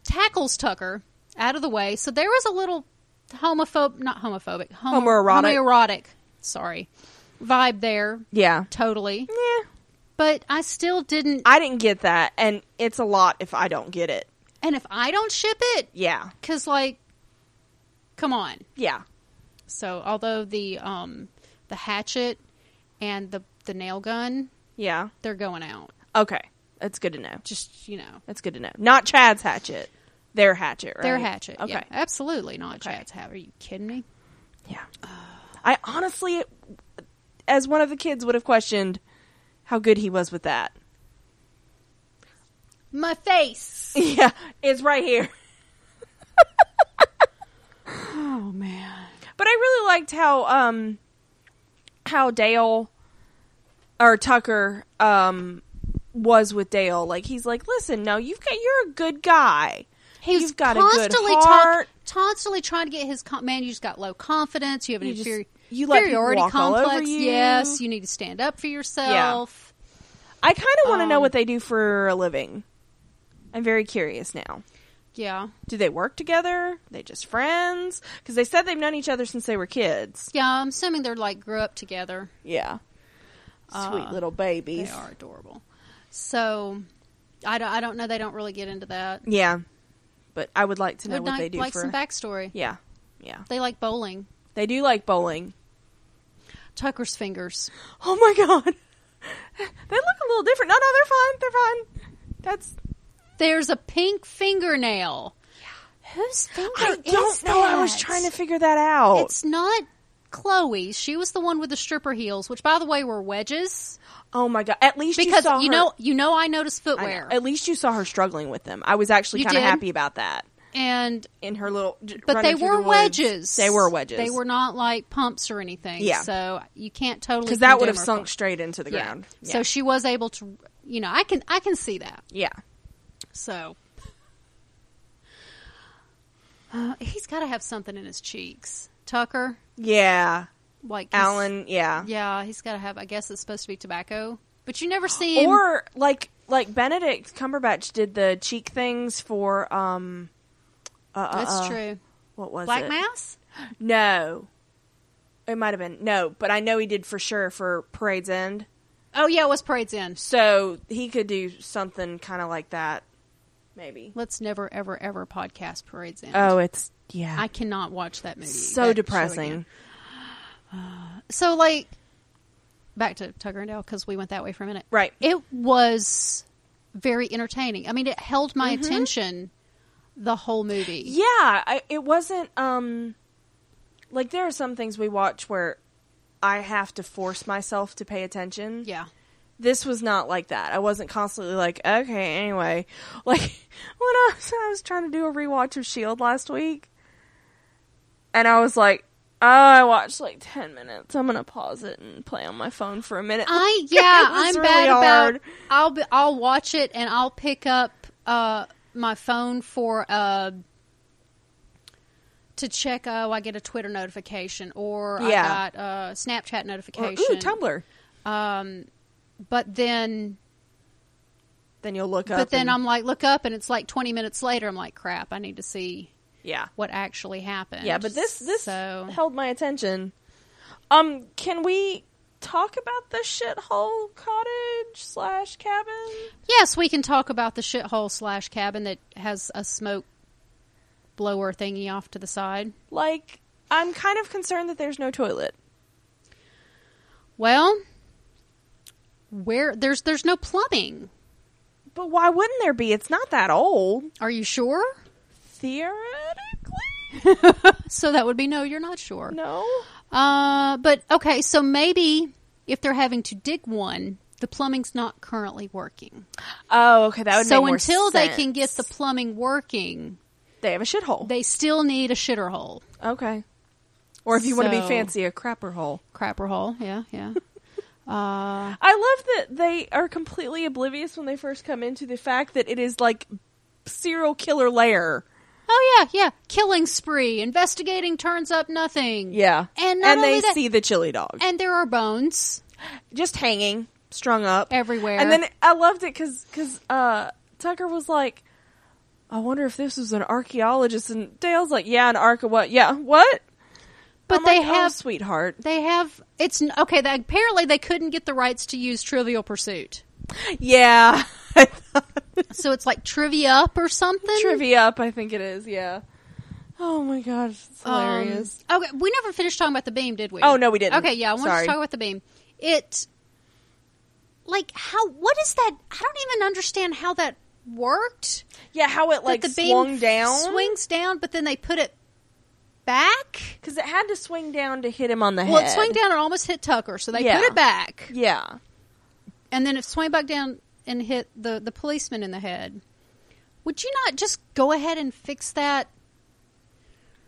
[SPEAKER 2] tackles Tucker out of the way. So there was a little homophobic, not homophobic, homo-
[SPEAKER 1] Homoerotic.
[SPEAKER 2] homoerotic, sorry, vibe there
[SPEAKER 1] Yeah.
[SPEAKER 2] totally.
[SPEAKER 1] Yeah.
[SPEAKER 2] But I still didn't.
[SPEAKER 1] I didn't get that, and it's a lot if I don't get it.
[SPEAKER 2] And if I don't ship it,
[SPEAKER 1] Yeah.
[SPEAKER 2] because like, come on.
[SPEAKER 1] Yeah.
[SPEAKER 2] So although the um the hatchet and the the nail gun,
[SPEAKER 1] Yeah.
[SPEAKER 2] they're going out.
[SPEAKER 1] Okay. That's good to know.
[SPEAKER 2] Just you know,
[SPEAKER 1] That's good to know. Not Chad's hatchet. Their hatchet, right?
[SPEAKER 2] their hatchet.
[SPEAKER 1] Okay.
[SPEAKER 2] Okay, absolutely not Chad's hatchet. Are you kidding me?
[SPEAKER 1] Yeah. I honestly, as one of the kids, would have questioned how good he was with that.
[SPEAKER 2] My face.
[SPEAKER 1] Yeah, it's right here.
[SPEAKER 2] Oh man.
[SPEAKER 1] But I really liked how um how Dale or Tucker um was with Dale. Like he's like, "Listen, no, you've got you're a good guy.
[SPEAKER 2] He's
[SPEAKER 1] You've got a good
[SPEAKER 2] constantly
[SPEAKER 1] heart.
[SPEAKER 2] constantly trying to get his com- man. You just got low confidence. You have an
[SPEAKER 1] You just-
[SPEAKER 2] inferi-
[SPEAKER 1] you let people
[SPEAKER 2] inferiority
[SPEAKER 1] walk all over
[SPEAKER 2] complex.
[SPEAKER 1] you.
[SPEAKER 2] Yes, you need to stand up for yourself.
[SPEAKER 1] I kind of want to know
[SPEAKER 2] Um,
[SPEAKER 1] what they do for a living. I'm very curious now.
[SPEAKER 2] Yeah,
[SPEAKER 1] Do they work together? Are they just friends? Cuz they said they've known each other since they were kids.
[SPEAKER 2] yeah. I'm assuming they're like grew up together.
[SPEAKER 1] Yeah. Sweet
[SPEAKER 2] Uh,
[SPEAKER 1] little babies.
[SPEAKER 2] They are adorable. So I don't, I don't know. They don't really get into that.
[SPEAKER 1] Yeah. But I would like to know
[SPEAKER 2] Would
[SPEAKER 1] what
[SPEAKER 2] not
[SPEAKER 1] they do
[SPEAKER 2] like
[SPEAKER 1] for.
[SPEAKER 2] some backstory.
[SPEAKER 1] yeah, yeah.
[SPEAKER 2] They like bowling.
[SPEAKER 1] They do like bowling.
[SPEAKER 2] Tucker's fingers.
[SPEAKER 1] Oh my god, they look a little different. No, no, they're fine. They're fine. That's
[SPEAKER 2] There's a pink fingernail. Whose finger
[SPEAKER 1] I
[SPEAKER 2] is
[SPEAKER 1] don't know. I was
[SPEAKER 2] that?
[SPEAKER 1] trying to figure that out.
[SPEAKER 2] It's not Chloe. She was the one with the stripper heels, which, by the way, were wedges.
[SPEAKER 1] oh my god! At least you,
[SPEAKER 2] Because
[SPEAKER 1] saw
[SPEAKER 2] you,
[SPEAKER 1] her-
[SPEAKER 2] know, you know, I noticed
[SPEAKER 1] I know.
[SPEAKER 2] footwear,
[SPEAKER 1] At least you saw her struggling with them. I was actually
[SPEAKER 2] You
[SPEAKER 1] kind of
[SPEAKER 2] did?
[SPEAKER 1] happy about that.
[SPEAKER 2] and
[SPEAKER 1] In her little, j-
[SPEAKER 2] but
[SPEAKER 1] running
[SPEAKER 2] they
[SPEAKER 1] through
[SPEAKER 2] were
[SPEAKER 1] the woods.
[SPEAKER 2] wedges.
[SPEAKER 1] They were wedges.
[SPEAKER 2] They were not like pumps or anything.
[SPEAKER 1] Yeah.
[SPEAKER 2] So you can't totally
[SPEAKER 1] because that would
[SPEAKER 2] condemn
[SPEAKER 1] have
[SPEAKER 2] her
[SPEAKER 1] sunk
[SPEAKER 2] for-
[SPEAKER 1] straight into the
[SPEAKER 2] Yeah.
[SPEAKER 1] ground.
[SPEAKER 2] So
[SPEAKER 1] Yeah.
[SPEAKER 2] she was able to, you know, I can I can see that.
[SPEAKER 1] yeah,
[SPEAKER 2] So Uh, he's got to have something in his cheeks, Tucker.
[SPEAKER 1] yeah.
[SPEAKER 2] Like he's-
[SPEAKER 1] Alan, yeah.
[SPEAKER 2] Yeah, he's got to have. I guess it's supposed to be tobacco, but you never see him.
[SPEAKER 1] Or like like Benedict Cumberbatch did the cheek things for um. Uh, uh,
[SPEAKER 2] That's
[SPEAKER 1] uh,
[SPEAKER 2] true.
[SPEAKER 1] What was
[SPEAKER 2] Black
[SPEAKER 1] it?
[SPEAKER 2] Mass.
[SPEAKER 1] No, it might have been no, but I know he did for sure for Parade's End.
[SPEAKER 2] Oh yeah, it was Parade's End.
[SPEAKER 1] So he could do something kind of like that, maybe.
[SPEAKER 2] Let's never ever ever podcast Parade's End.
[SPEAKER 1] Oh, it's yeah,
[SPEAKER 2] I cannot watch that movie. that
[SPEAKER 1] so
[SPEAKER 2] show
[SPEAKER 1] depressing.
[SPEAKER 2] again. So like, back to Tucker and Dale because we went that way for a minute.
[SPEAKER 1] Right.
[SPEAKER 2] It was very entertaining. I mean, it held my
[SPEAKER 1] Mm-hmm.
[SPEAKER 2] attention the whole movie.
[SPEAKER 1] Yeah, I, it wasn't. Um, like there are some things we watch where I have to force myself to pay attention.
[SPEAKER 2] Yeah.
[SPEAKER 1] this was not like that. I wasn't constantly like, okay, anyway. Like when I was, I was trying to do a rewatch of Shield E last week, and I was like, oh, I watched like ten minutes. I'm gonna pause it and play on my phone for a minute.
[SPEAKER 2] I
[SPEAKER 1] Like, it
[SPEAKER 2] yeah,
[SPEAKER 1] was
[SPEAKER 2] I'm
[SPEAKER 1] really
[SPEAKER 2] bad
[SPEAKER 1] hard.
[SPEAKER 2] about. I'll be, I'll watch it and I'll pick up uh, my phone for uh, to check. Oh, I get a Twitter notification or
[SPEAKER 1] Yeah.
[SPEAKER 2] I got a Snapchat
[SPEAKER 1] Or,
[SPEAKER 2] notification.
[SPEAKER 1] ooh, Tumblr.
[SPEAKER 2] Um, but then
[SPEAKER 1] Then you'll look up.
[SPEAKER 2] but then
[SPEAKER 1] and-
[SPEAKER 2] I'm like look up and it's like 20 minutes later. I'm like crap. I need to see
[SPEAKER 1] yeah,
[SPEAKER 2] what actually happened.
[SPEAKER 1] yeah. But this this
[SPEAKER 2] so
[SPEAKER 1] held my attention. Um, can we talk about the shithole cottage slash cabin?
[SPEAKER 2] yes, we can talk about the shithole slash cabin that has a smoke blower thingy off to the side.
[SPEAKER 1] Like, I'm kind of concerned that there's no toilet.
[SPEAKER 2] Well, where there's there's no plumbing.
[SPEAKER 1] But why wouldn't there be? It's not that old.
[SPEAKER 2] Are you sure?
[SPEAKER 1] Theoretically?
[SPEAKER 2] So that would be no, you're not sure.
[SPEAKER 1] No.
[SPEAKER 2] Uh but okay, so maybe if they're having to dig one, the plumbing's not currently working.
[SPEAKER 1] Oh, okay. That would
[SPEAKER 2] so
[SPEAKER 1] make more
[SPEAKER 2] until they can
[SPEAKER 1] sense.
[SPEAKER 2] get the plumbing working,
[SPEAKER 1] they have a shithole.
[SPEAKER 2] they still need a shitter hole.
[SPEAKER 1] Okay. Or if you want to be
[SPEAKER 2] So-
[SPEAKER 1] fancy, a crapper hole.
[SPEAKER 2] Crapper hole, yeah, yeah. uh
[SPEAKER 1] I love that they are completely oblivious when they first come into the fact that it is like serial killer lair.
[SPEAKER 2] oh yeah, yeah. Killing spree, investigating turns up nothing.
[SPEAKER 1] Yeah,
[SPEAKER 2] And not
[SPEAKER 1] they
[SPEAKER 2] only that-
[SPEAKER 1] see the chili dog
[SPEAKER 2] And there are bones.
[SPEAKER 1] Oh just hanging, strung up
[SPEAKER 2] Everywhere.
[SPEAKER 1] And then I loved it because uh, Tucker was like, "I wonder if this was an archaeologist." And Dale's like, "Yeah, an archa what? Yeah, what?"
[SPEAKER 2] But
[SPEAKER 1] I'm
[SPEAKER 2] they
[SPEAKER 1] like, "Oh,
[SPEAKER 2] have
[SPEAKER 1] sweetheart.
[SPEAKER 2] They have it's n- okay. They, apparently, they couldn't get the rights to use Trivial Pursuit,
[SPEAKER 1] Yeah,
[SPEAKER 2] so it's like Trivia Up or something.
[SPEAKER 1] trivia up. I think it is. Yeah. Oh my gosh, it's
[SPEAKER 2] Um,
[SPEAKER 1] hilarious.
[SPEAKER 2] okay, we never finished talking about the beam, did we?
[SPEAKER 1] Oh, no, we didn't.
[SPEAKER 2] Okay, yeah, I wanted
[SPEAKER 1] Sorry.
[SPEAKER 2] to talk about the beam. It like how what is that? I don't even understand how that worked.
[SPEAKER 1] yeah, how it like
[SPEAKER 2] that the beam
[SPEAKER 1] swung
[SPEAKER 2] f-
[SPEAKER 1] down,
[SPEAKER 2] swings down, but then they put it back.
[SPEAKER 1] because it had to swing down to hit him on the
[SPEAKER 2] Well,
[SPEAKER 1] head.
[SPEAKER 2] it swung down and almost hit Tucker, so they
[SPEAKER 1] Yeah.
[SPEAKER 2] put it back,
[SPEAKER 1] Yeah,
[SPEAKER 2] and then it swung back down and hit the the policeman in the head. Would you not just go ahead and fix that?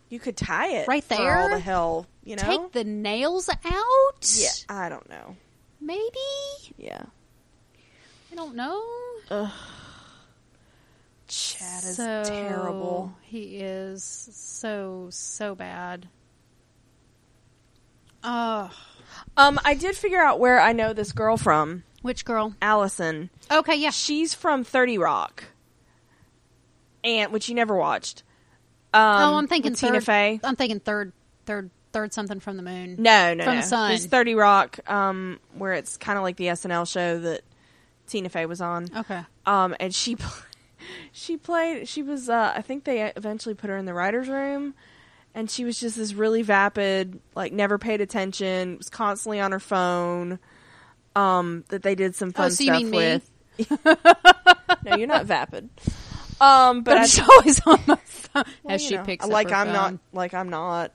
[SPEAKER 1] you could tie it
[SPEAKER 2] Right
[SPEAKER 1] For all
[SPEAKER 2] there?
[SPEAKER 1] the hell, you know.
[SPEAKER 2] Take the nails out?
[SPEAKER 1] yeah, I don't know.
[SPEAKER 2] Maybe?
[SPEAKER 1] Yeah.
[SPEAKER 2] I don't know.
[SPEAKER 1] Chad is
[SPEAKER 2] So,
[SPEAKER 1] terrible.
[SPEAKER 2] He is so, so bad. Ugh.
[SPEAKER 1] Um, I did figure out where I know this girl from,
[SPEAKER 2] Which girl?
[SPEAKER 1] Allison.
[SPEAKER 2] Okay, yeah.
[SPEAKER 1] She's from Thirty Rock, and which you never watched. Um,
[SPEAKER 2] oh, I'm thinking
[SPEAKER 1] with Tina
[SPEAKER 2] third.
[SPEAKER 1] Fey.
[SPEAKER 2] I'm thinking third, third, third something from the moon.
[SPEAKER 1] No, no,
[SPEAKER 2] From
[SPEAKER 1] no.
[SPEAKER 2] the sun.
[SPEAKER 1] It's Thirty Rock, um, where
[SPEAKER 2] Oh,
[SPEAKER 1] it's kind of like the SNL show that Tina Fey was on.
[SPEAKER 2] Okay.
[SPEAKER 1] Um, and she, pl- she played she was uh i think they eventually put her in the writers room and she was just this really vapid like never paid attention was constantly on her phone um that they did some fun
[SPEAKER 2] Oh, so you
[SPEAKER 1] stuff
[SPEAKER 2] mean me?
[SPEAKER 1] with no you're not vapid um but
[SPEAKER 2] But
[SPEAKER 1] I,
[SPEAKER 2] it's always on my phone
[SPEAKER 1] well,
[SPEAKER 2] as
[SPEAKER 1] you
[SPEAKER 2] she
[SPEAKER 1] know,
[SPEAKER 2] picks up
[SPEAKER 1] like
[SPEAKER 2] her
[SPEAKER 1] i'm not
[SPEAKER 2] phone.
[SPEAKER 1] like i'm not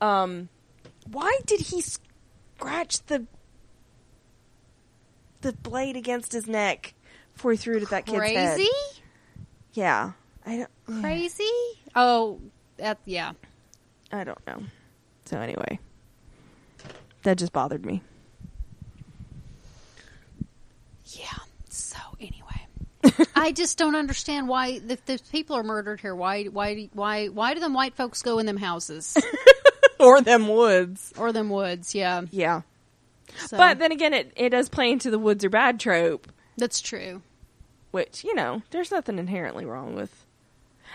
[SPEAKER 1] um why did he scratch the the blade against his neck before he threw it at that kid's head
[SPEAKER 2] crazy,
[SPEAKER 1] yeah i don't
[SPEAKER 2] crazy. Oh, that yeah.
[SPEAKER 1] I don't know. So anyway, that just bothered me.
[SPEAKER 2] Yeah. So anyway, I just don't understand why the, the people are murdered here. Why? Why? Why? Why do them white folks go in them houses
[SPEAKER 1] or them woods.
[SPEAKER 2] or them woods? Yeah.
[SPEAKER 1] Yeah.
[SPEAKER 2] So,
[SPEAKER 1] But then again, it, it does play into the woods are bad trope,
[SPEAKER 2] that's true.
[SPEAKER 1] which, you know, there's nothing inherently wrong with.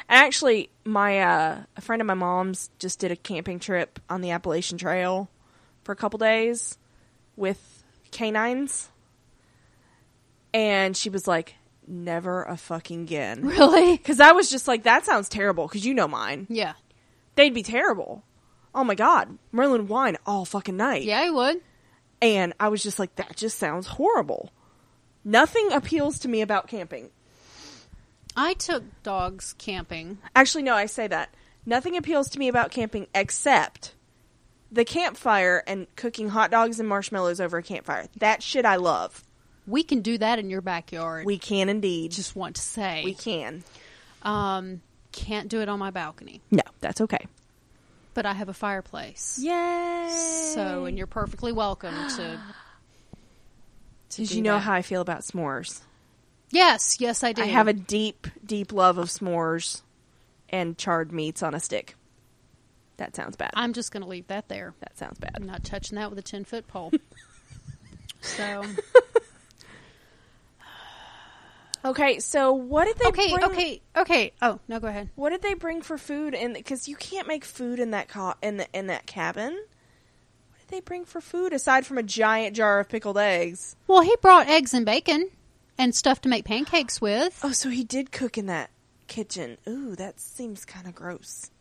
[SPEAKER 1] Actually, my uh, a friend of my mom's just did a camping trip on the Appalachian Trail for a couple days with canines. And she was like, never a fucking again.
[SPEAKER 2] Really?
[SPEAKER 1] Because I was just like, that sounds terrible, because you know mine.
[SPEAKER 2] Yeah.
[SPEAKER 1] they'd be terrible. Oh my god, Merlin wine all fucking night.
[SPEAKER 2] Yeah, I would.
[SPEAKER 1] And I was just like, that just sounds horrible. Nothing appeals to me about camping.
[SPEAKER 2] I took dogs camping.
[SPEAKER 1] Actually, no, I say that. Nothing appeals to me about camping except the campfire and cooking hot dogs and marshmallows over a campfire. That shit I love.
[SPEAKER 2] We can do that in your backyard.
[SPEAKER 1] We can indeed.
[SPEAKER 2] just want to say
[SPEAKER 1] we can.
[SPEAKER 2] um can't do it on my balcony,
[SPEAKER 1] No, that's okay.
[SPEAKER 2] but I have a fireplace.
[SPEAKER 1] Yay.
[SPEAKER 2] So, and you're perfectly welcome to. to
[SPEAKER 1] Did
[SPEAKER 2] do
[SPEAKER 1] you know
[SPEAKER 2] that.
[SPEAKER 1] how I feel about s'mores?
[SPEAKER 2] Yes, yes, I do.
[SPEAKER 1] I have a deep, deep love of s'mores and charred meats on a stick. That sounds bad.
[SPEAKER 2] I'm just going to leave that there.
[SPEAKER 1] that sounds
[SPEAKER 2] I'm
[SPEAKER 1] bad.
[SPEAKER 2] not touching that with a ten foot pole. so
[SPEAKER 1] Okay, so what did they
[SPEAKER 2] okay,
[SPEAKER 1] bring?
[SPEAKER 2] okay, okay. Oh no, go ahead.
[SPEAKER 1] What did they bring for food? And because you can't make food in that co- in the, in that cabin. What did they bring for food aside from a giant jar of pickled eggs?
[SPEAKER 2] Well, he brought eggs and bacon and stuff to make pancakes with.
[SPEAKER 1] Oh, so he did cook in that kitchen. Ooh, that seems kind of gross.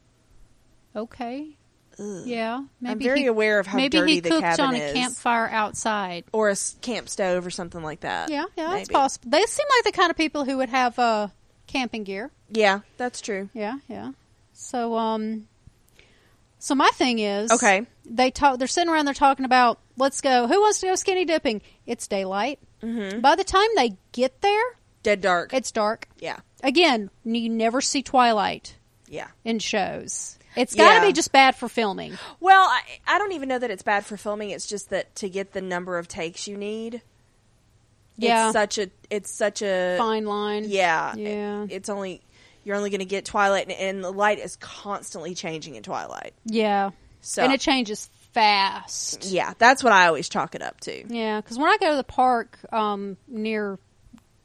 [SPEAKER 2] Okay.
[SPEAKER 1] Ugh.
[SPEAKER 2] Yeah, maybe
[SPEAKER 1] I'm very
[SPEAKER 2] he,
[SPEAKER 1] aware of how
[SPEAKER 2] maybe
[SPEAKER 1] dirty
[SPEAKER 2] he
[SPEAKER 1] the
[SPEAKER 2] cooked
[SPEAKER 1] cabin
[SPEAKER 2] on a
[SPEAKER 1] is.
[SPEAKER 2] campfire outside.
[SPEAKER 1] Or a s- camp stove or something like that.
[SPEAKER 2] Yeah, yeah, it's
[SPEAKER 1] Maybe.
[SPEAKER 2] possible. They seem like the kind of people who would have uh, camping gear.
[SPEAKER 1] Yeah, that's true.
[SPEAKER 2] Yeah, yeah. So, um, so my thing is,
[SPEAKER 1] Okay.
[SPEAKER 2] They talk. They're sitting around. They're talking about, let's go. Who wants to go skinny dipping? It's daylight.
[SPEAKER 1] Mhm.
[SPEAKER 2] By the time they get there,
[SPEAKER 1] Dead dark.
[SPEAKER 2] it's dark.
[SPEAKER 1] yeah.
[SPEAKER 2] Again, you never see twilight
[SPEAKER 1] Yeah.
[SPEAKER 2] in shows. It's got to
[SPEAKER 1] Yeah. Uh,
[SPEAKER 2] be just bad for filming.
[SPEAKER 1] Well, I, I don't even know that it's bad for filming. It's just that to get the number of takes you need,
[SPEAKER 2] Yeah,
[SPEAKER 1] it's such a it's such a
[SPEAKER 2] fine line.
[SPEAKER 1] yeah
[SPEAKER 2] yeah,
[SPEAKER 1] It- it's only you're only going to get Twilight, and, and the light is constantly changing in Twilight.
[SPEAKER 2] yeah.
[SPEAKER 1] So
[SPEAKER 2] and it changes fast.
[SPEAKER 1] yeah, that's what I always chalk it up to.
[SPEAKER 2] Yeah, because when I go to the park um, near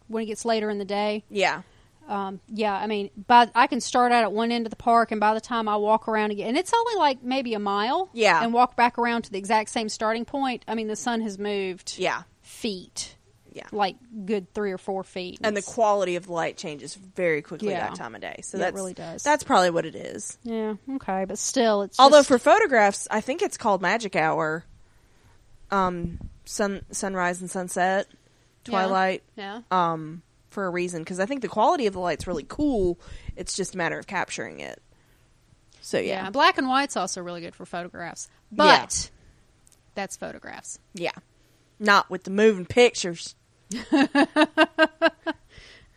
[SPEAKER 2] when it gets later in the day,
[SPEAKER 1] Yeah,
[SPEAKER 2] um, yeah, I mean, by I can start out at one end of the park, and by the time I walk around again, and it's only like maybe a mile,
[SPEAKER 1] Yeah.
[SPEAKER 2] and walk back around to the exact same starting point. I mean, the sun has moved
[SPEAKER 1] yeah,
[SPEAKER 2] feet,
[SPEAKER 1] yeah.
[SPEAKER 2] like good three or four feet,
[SPEAKER 1] And the
[SPEAKER 2] It's-
[SPEAKER 1] quality of the light changes very quickly
[SPEAKER 2] Yeah.
[SPEAKER 1] that time of day. So
[SPEAKER 2] It
[SPEAKER 1] that's
[SPEAKER 2] really does.
[SPEAKER 1] That's probably what it is.
[SPEAKER 2] yeah, okay, but still, it's
[SPEAKER 1] Although
[SPEAKER 2] just-
[SPEAKER 1] for photographs, I think it's called Magic Hour, um, sun sunrise and sunset,
[SPEAKER 2] Yeah.
[SPEAKER 1] twilight,
[SPEAKER 2] yeah,
[SPEAKER 1] um, for a reason because I think the quality of the light's really cool. It's just a matter of capturing it. So
[SPEAKER 2] yeah,
[SPEAKER 1] yeah,
[SPEAKER 2] black and white's also really good for photographs, but that's photographs.
[SPEAKER 1] yeah, not with the moving pictures.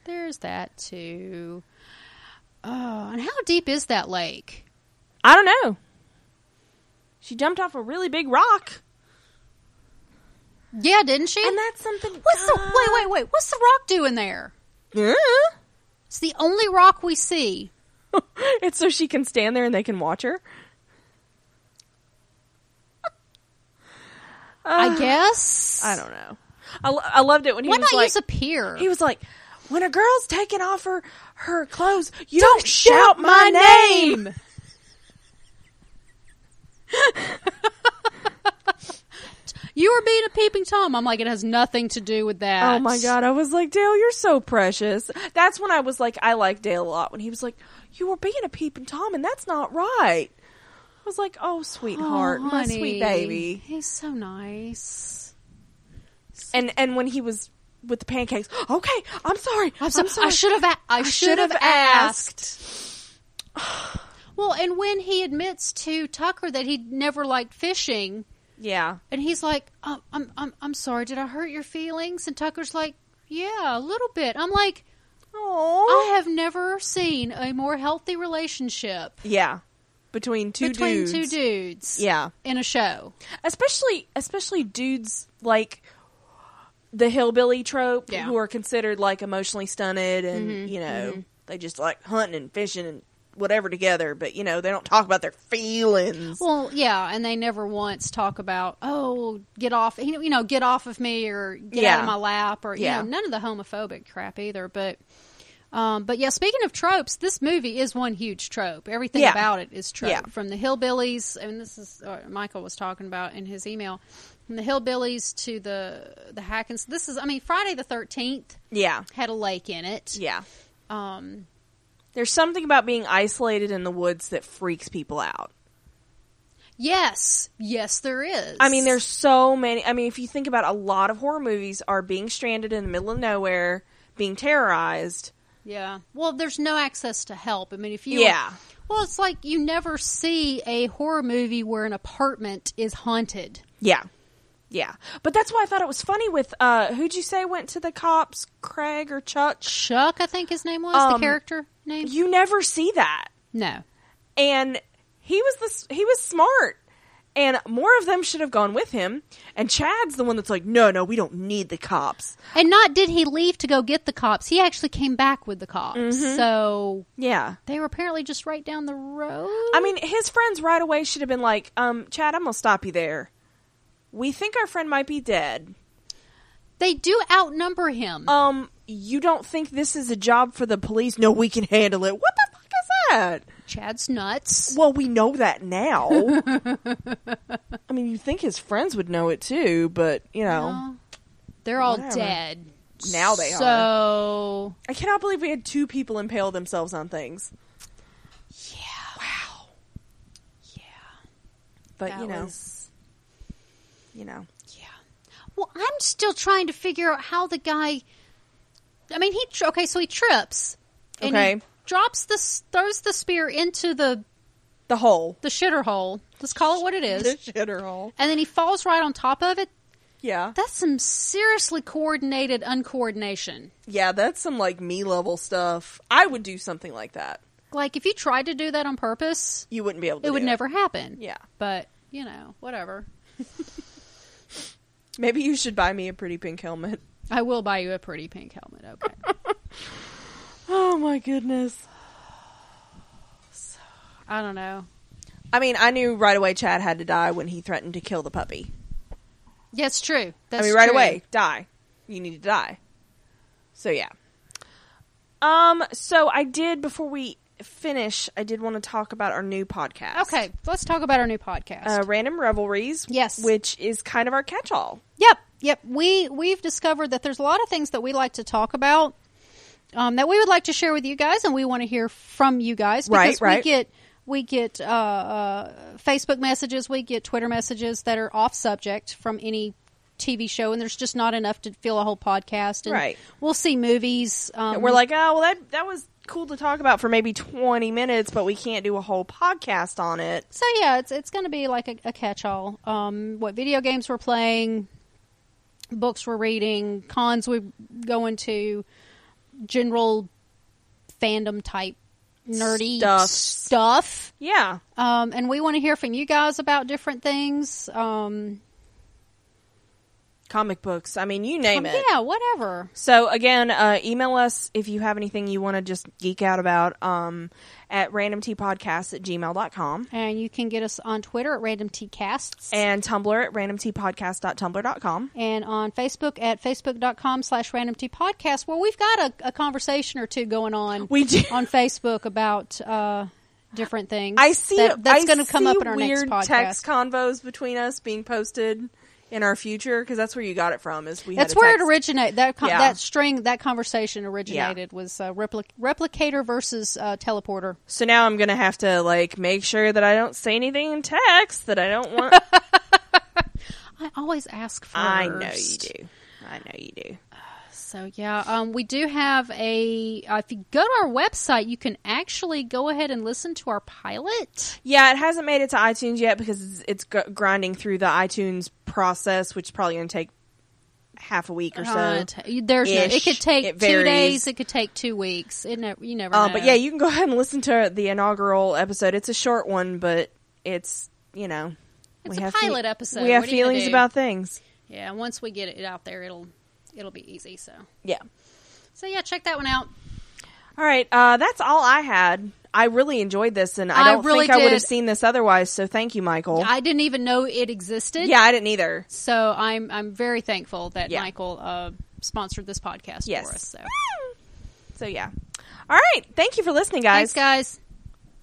[SPEAKER 2] There's that too. Oh, and how deep is that lake?
[SPEAKER 1] I don't know. She jumped off a really big rock,
[SPEAKER 2] Yeah, didn't she?
[SPEAKER 1] and that's something.
[SPEAKER 2] What's the wait, wait, wait? What's the rock doing there?
[SPEAKER 1] wait?
[SPEAKER 2] It's the only rock we see.
[SPEAKER 1] it's so she can stand there and they can watch her.
[SPEAKER 2] I guess.
[SPEAKER 1] Uh, I don't know. I, lo- I loved it when he
[SPEAKER 2] Why
[SPEAKER 1] was
[SPEAKER 2] not
[SPEAKER 1] like,
[SPEAKER 2] use a pier?
[SPEAKER 1] He was like, when a girl's taking off her, her clothes, you
[SPEAKER 2] Don't
[SPEAKER 1] don't,
[SPEAKER 2] shout
[SPEAKER 1] shout my
[SPEAKER 2] my
[SPEAKER 1] name.
[SPEAKER 2] You were being a peeping tom. I'm like, it has nothing to do with that.
[SPEAKER 1] Oh my god, I was like, Dale, you're so precious. That's when I was like, I like Dale a lot. When he was like, you were being a peeping tom, and that's not right. I was like, oh sweetheart,
[SPEAKER 2] Oh,
[SPEAKER 1] my
[SPEAKER 2] honey.
[SPEAKER 1] sweet baby.
[SPEAKER 2] He's so nice.
[SPEAKER 1] And and when he was with the pancakes, okay, I'm sorry, I'm,
[SPEAKER 2] So-
[SPEAKER 1] sorry.
[SPEAKER 2] I should have. a- I should have asked. Well, and when he admits to Tucker that he never liked fishing,
[SPEAKER 1] Yeah,
[SPEAKER 2] and he's like, um, "I'm, I'm, I'm sorry. Did I hurt your feelings?" And Tucker's like, "Yeah, a little bit." I'm like,
[SPEAKER 1] oh
[SPEAKER 2] "I have never seen a more healthy relationship
[SPEAKER 1] yeah, between two
[SPEAKER 2] between
[SPEAKER 1] dudes.
[SPEAKER 2] two dudes
[SPEAKER 1] Yeah,
[SPEAKER 2] in a show."
[SPEAKER 1] especially especially dudes like the hillbilly trope
[SPEAKER 2] Yeah. Mm-hmm,
[SPEAKER 1] who are considered like emotionally stunted and you know they just like hunting and fishing and whatever together but you know they don't talk about their feelings
[SPEAKER 2] Well, yeah, and they never once talk about, "Oh, get off," you know, "Get off of me" or "Get out
[SPEAKER 1] Yeah.
[SPEAKER 2] of my lap" or you
[SPEAKER 1] Yeah.
[SPEAKER 2] know, none of the homophobic crap either. But, um, but yeah, speaking of tropes, this movie is one huge trope. Everything
[SPEAKER 1] Yeah.
[SPEAKER 2] about it is trope
[SPEAKER 1] Yeah.
[SPEAKER 2] from the hillbillies, and this is uh, Michael was talking about in his email, from the hillbillies to the the Hackens. This is, I mean, Friday the Thirteenth
[SPEAKER 1] yeah
[SPEAKER 2] had a lake in it.
[SPEAKER 1] yeah
[SPEAKER 2] Um,
[SPEAKER 1] there's something about being isolated in the woods that freaks people out
[SPEAKER 2] yes, yes, there is.
[SPEAKER 1] I mean, there's so many. I mean, if you think about a lot of horror movies are being stranded in the middle of nowhere, being terrorized.
[SPEAKER 2] Yeah. Well, there's no access to help. I mean, if you
[SPEAKER 1] Yeah.
[SPEAKER 2] Well, it's like you never see a horror movie where an apartment is haunted.
[SPEAKER 1] Yeah. Yeah. But that's why I thought it was funny with uh who'd you say went to the cops, Craig or Chuck?
[SPEAKER 2] Chuck, I think his name was the
[SPEAKER 1] Um,
[SPEAKER 2] character name.
[SPEAKER 1] You never see that.
[SPEAKER 2] no.
[SPEAKER 1] And he was this he was smart. And more of them should have gone with him. And Chad's the one that's like, "No, no, we don't need the cops."
[SPEAKER 2] And not did he leave to go get the cops. He actually came back with the cops.
[SPEAKER 1] Mm-hmm.
[SPEAKER 2] So
[SPEAKER 1] Yeah.
[SPEAKER 2] they were apparently just right down the road.
[SPEAKER 1] I mean, his friends right away should have been like, "Um, Chad, I'm going to stop you there. We think our friend might be dead.
[SPEAKER 2] they do outnumber him.
[SPEAKER 1] Um, you don't think this is a job for the police? No, we can handle it. What the fuck is that?"
[SPEAKER 2] Chad's nuts.
[SPEAKER 1] Well, we know that now. I mean, you think his friends would know it too, but you know,
[SPEAKER 2] Uh, they're all
[SPEAKER 1] Whatever.
[SPEAKER 2] dead.
[SPEAKER 1] Now they are.
[SPEAKER 2] So
[SPEAKER 1] I cannot believe we had two people impale themselves on things.
[SPEAKER 2] yeah.
[SPEAKER 1] But
[SPEAKER 2] That
[SPEAKER 1] you know,
[SPEAKER 2] was-
[SPEAKER 1] you know,
[SPEAKER 2] Yeah. Well, I'm still trying to figure out how the guy. I mean, he tr- okay, so he trips and he
[SPEAKER 1] Okay.
[SPEAKER 2] drops the s- throws the spear into the
[SPEAKER 1] the hole,
[SPEAKER 2] the shitter hole. Let's call it what it
[SPEAKER 1] the
[SPEAKER 2] is.
[SPEAKER 1] shitter hole.
[SPEAKER 2] And then he falls right on top of it.
[SPEAKER 1] Yeah,
[SPEAKER 2] That's some seriously coordinated uncoordination.
[SPEAKER 1] yeah, that's some like me level stuff. I would do something like that.
[SPEAKER 2] Like if you tried to do that on purpose,
[SPEAKER 1] You wouldn't be able to.
[SPEAKER 2] it would
[SPEAKER 1] do
[SPEAKER 2] never happen.
[SPEAKER 1] Yeah.
[SPEAKER 2] But, you know, whatever.
[SPEAKER 1] Maybe you should buy me a pretty pink helmet.
[SPEAKER 2] I will buy you a pretty pink helmet, okay.
[SPEAKER 1] Oh my goodness.
[SPEAKER 2] I don't know.
[SPEAKER 1] I mean, I knew right away Chad had to die when he threatened to kill the puppy.
[SPEAKER 2] Yeah, it's true. That's
[SPEAKER 1] I mean, right
[SPEAKER 2] true.
[SPEAKER 1] away, die. You need to die. So yeah. Um. So I did before we finish. I did want to talk about our new podcast.
[SPEAKER 2] Okay, let's talk about our new podcast.
[SPEAKER 1] Uh, Random Revelries.
[SPEAKER 2] Yes.
[SPEAKER 1] Which is kind of our catch-all.
[SPEAKER 2] Yep, yep. We we've discovered that there's a lot of things that we like to talk about um, that we would like to share with you guys, and we want to hear from you guys
[SPEAKER 1] Right,
[SPEAKER 2] because we
[SPEAKER 1] right.
[SPEAKER 2] get we get uh, uh, Facebook messages, we get Twitter messages that are off subject from any TV show, and there's just not enough to fill a whole podcast. And
[SPEAKER 1] Right.
[SPEAKER 2] We'll see movies. Um,
[SPEAKER 1] And we're like, oh well, that that was cool to talk about for maybe twenty minutes, but we can't do a whole podcast on it.
[SPEAKER 2] so yeah, it's it's going to be like a, a catch-all. Um, what video games we're playing, books we're reading, cons we go into, general fandom type nerdy
[SPEAKER 1] Stuff.
[SPEAKER 2] stuff.
[SPEAKER 1] Yeah.
[SPEAKER 2] Um, and we want to hear from you guys about different things. Um,
[SPEAKER 1] Comic books. I mean, you name it.
[SPEAKER 2] yeah, whatever.
[SPEAKER 1] So again, uh, email us if you have anything you want to just geek out about um, at randomtpodcast at gmail.com.
[SPEAKER 2] And you can get us on Twitter at Random Tea Casts.
[SPEAKER 1] and Tumblr at randomtpodcast.tumblr.com.
[SPEAKER 2] and on Facebook at facebook.com slash random tea podcast where we've got a, a conversation or two going on
[SPEAKER 1] We do.
[SPEAKER 2] on Facebook about uh, different things.
[SPEAKER 1] I see
[SPEAKER 2] that, that's
[SPEAKER 1] I
[SPEAKER 2] going to come
[SPEAKER 1] see
[SPEAKER 2] up in our
[SPEAKER 1] weird
[SPEAKER 2] next podcast.
[SPEAKER 1] text convos between us being posted in our future because that's where you got it from. Is we
[SPEAKER 2] That's
[SPEAKER 1] had a
[SPEAKER 2] where it
[SPEAKER 1] text-
[SPEAKER 2] originated. That con-
[SPEAKER 1] Yeah.
[SPEAKER 2] that string, that conversation originated was uh, repli- replicator versus uh, teleporter.
[SPEAKER 1] So now I'm gonna have to like make sure that I don't say anything in text that I don't want.
[SPEAKER 2] I always ask first.
[SPEAKER 1] I know you do. I know you do.
[SPEAKER 2] So yeah, um, we do have a. Uh, if you go to our website, you can actually go ahead and listen to our pilot.
[SPEAKER 1] Yeah, it hasn't made it to iTunes yet because it's, it's gr- grinding through the iTunes process, which is probably gonna take half a week or so.
[SPEAKER 2] Uh, t- there's no, it
[SPEAKER 1] Ish.
[SPEAKER 2] could take
[SPEAKER 1] It
[SPEAKER 2] two
[SPEAKER 1] varies.
[SPEAKER 2] days. It could take two weeks. It ne- you never.
[SPEAKER 1] Uh,
[SPEAKER 2] know.
[SPEAKER 1] But yeah, you can go ahead and listen to the inaugural episode. It's a short one, but it's you know
[SPEAKER 2] It's a pilot episode.
[SPEAKER 1] We have
[SPEAKER 2] What are you gonna
[SPEAKER 1] feelings
[SPEAKER 2] do?
[SPEAKER 1] about things.
[SPEAKER 2] yeah. Once we get it out there, it'll it'll be easy. So
[SPEAKER 1] Yeah.
[SPEAKER 2] so yeah, check that one out.
[SPEAKER 1] All right. Uh, that's all I had. I really enjoyed this, and I
[SPEAKER 2] I
[SPEAKER 1] don't
[SPEAKER 2] really
[SPEAKER 1] think I would have
[SPEAKER 2] did.
[SPEAKER 1] seen this otherwise. So thank you, Michael.
[SPEAKER 2] I didn't even know it existed.
[SPEAKER 1] yeah, I didn't either.
[SPEAKER 2] So I'm I'm very thankful that
[SPEAKER 1] Yeah.
[SPEAKER 2] Michael uh, sponsored this podcast
[SPEAKER 1] Yes.
[SPEAKER 2] for us. So
[SPEAKER 1] So yeah. All right. Thank you for listening, guys.
[SPEAKER 2] thanks, guys.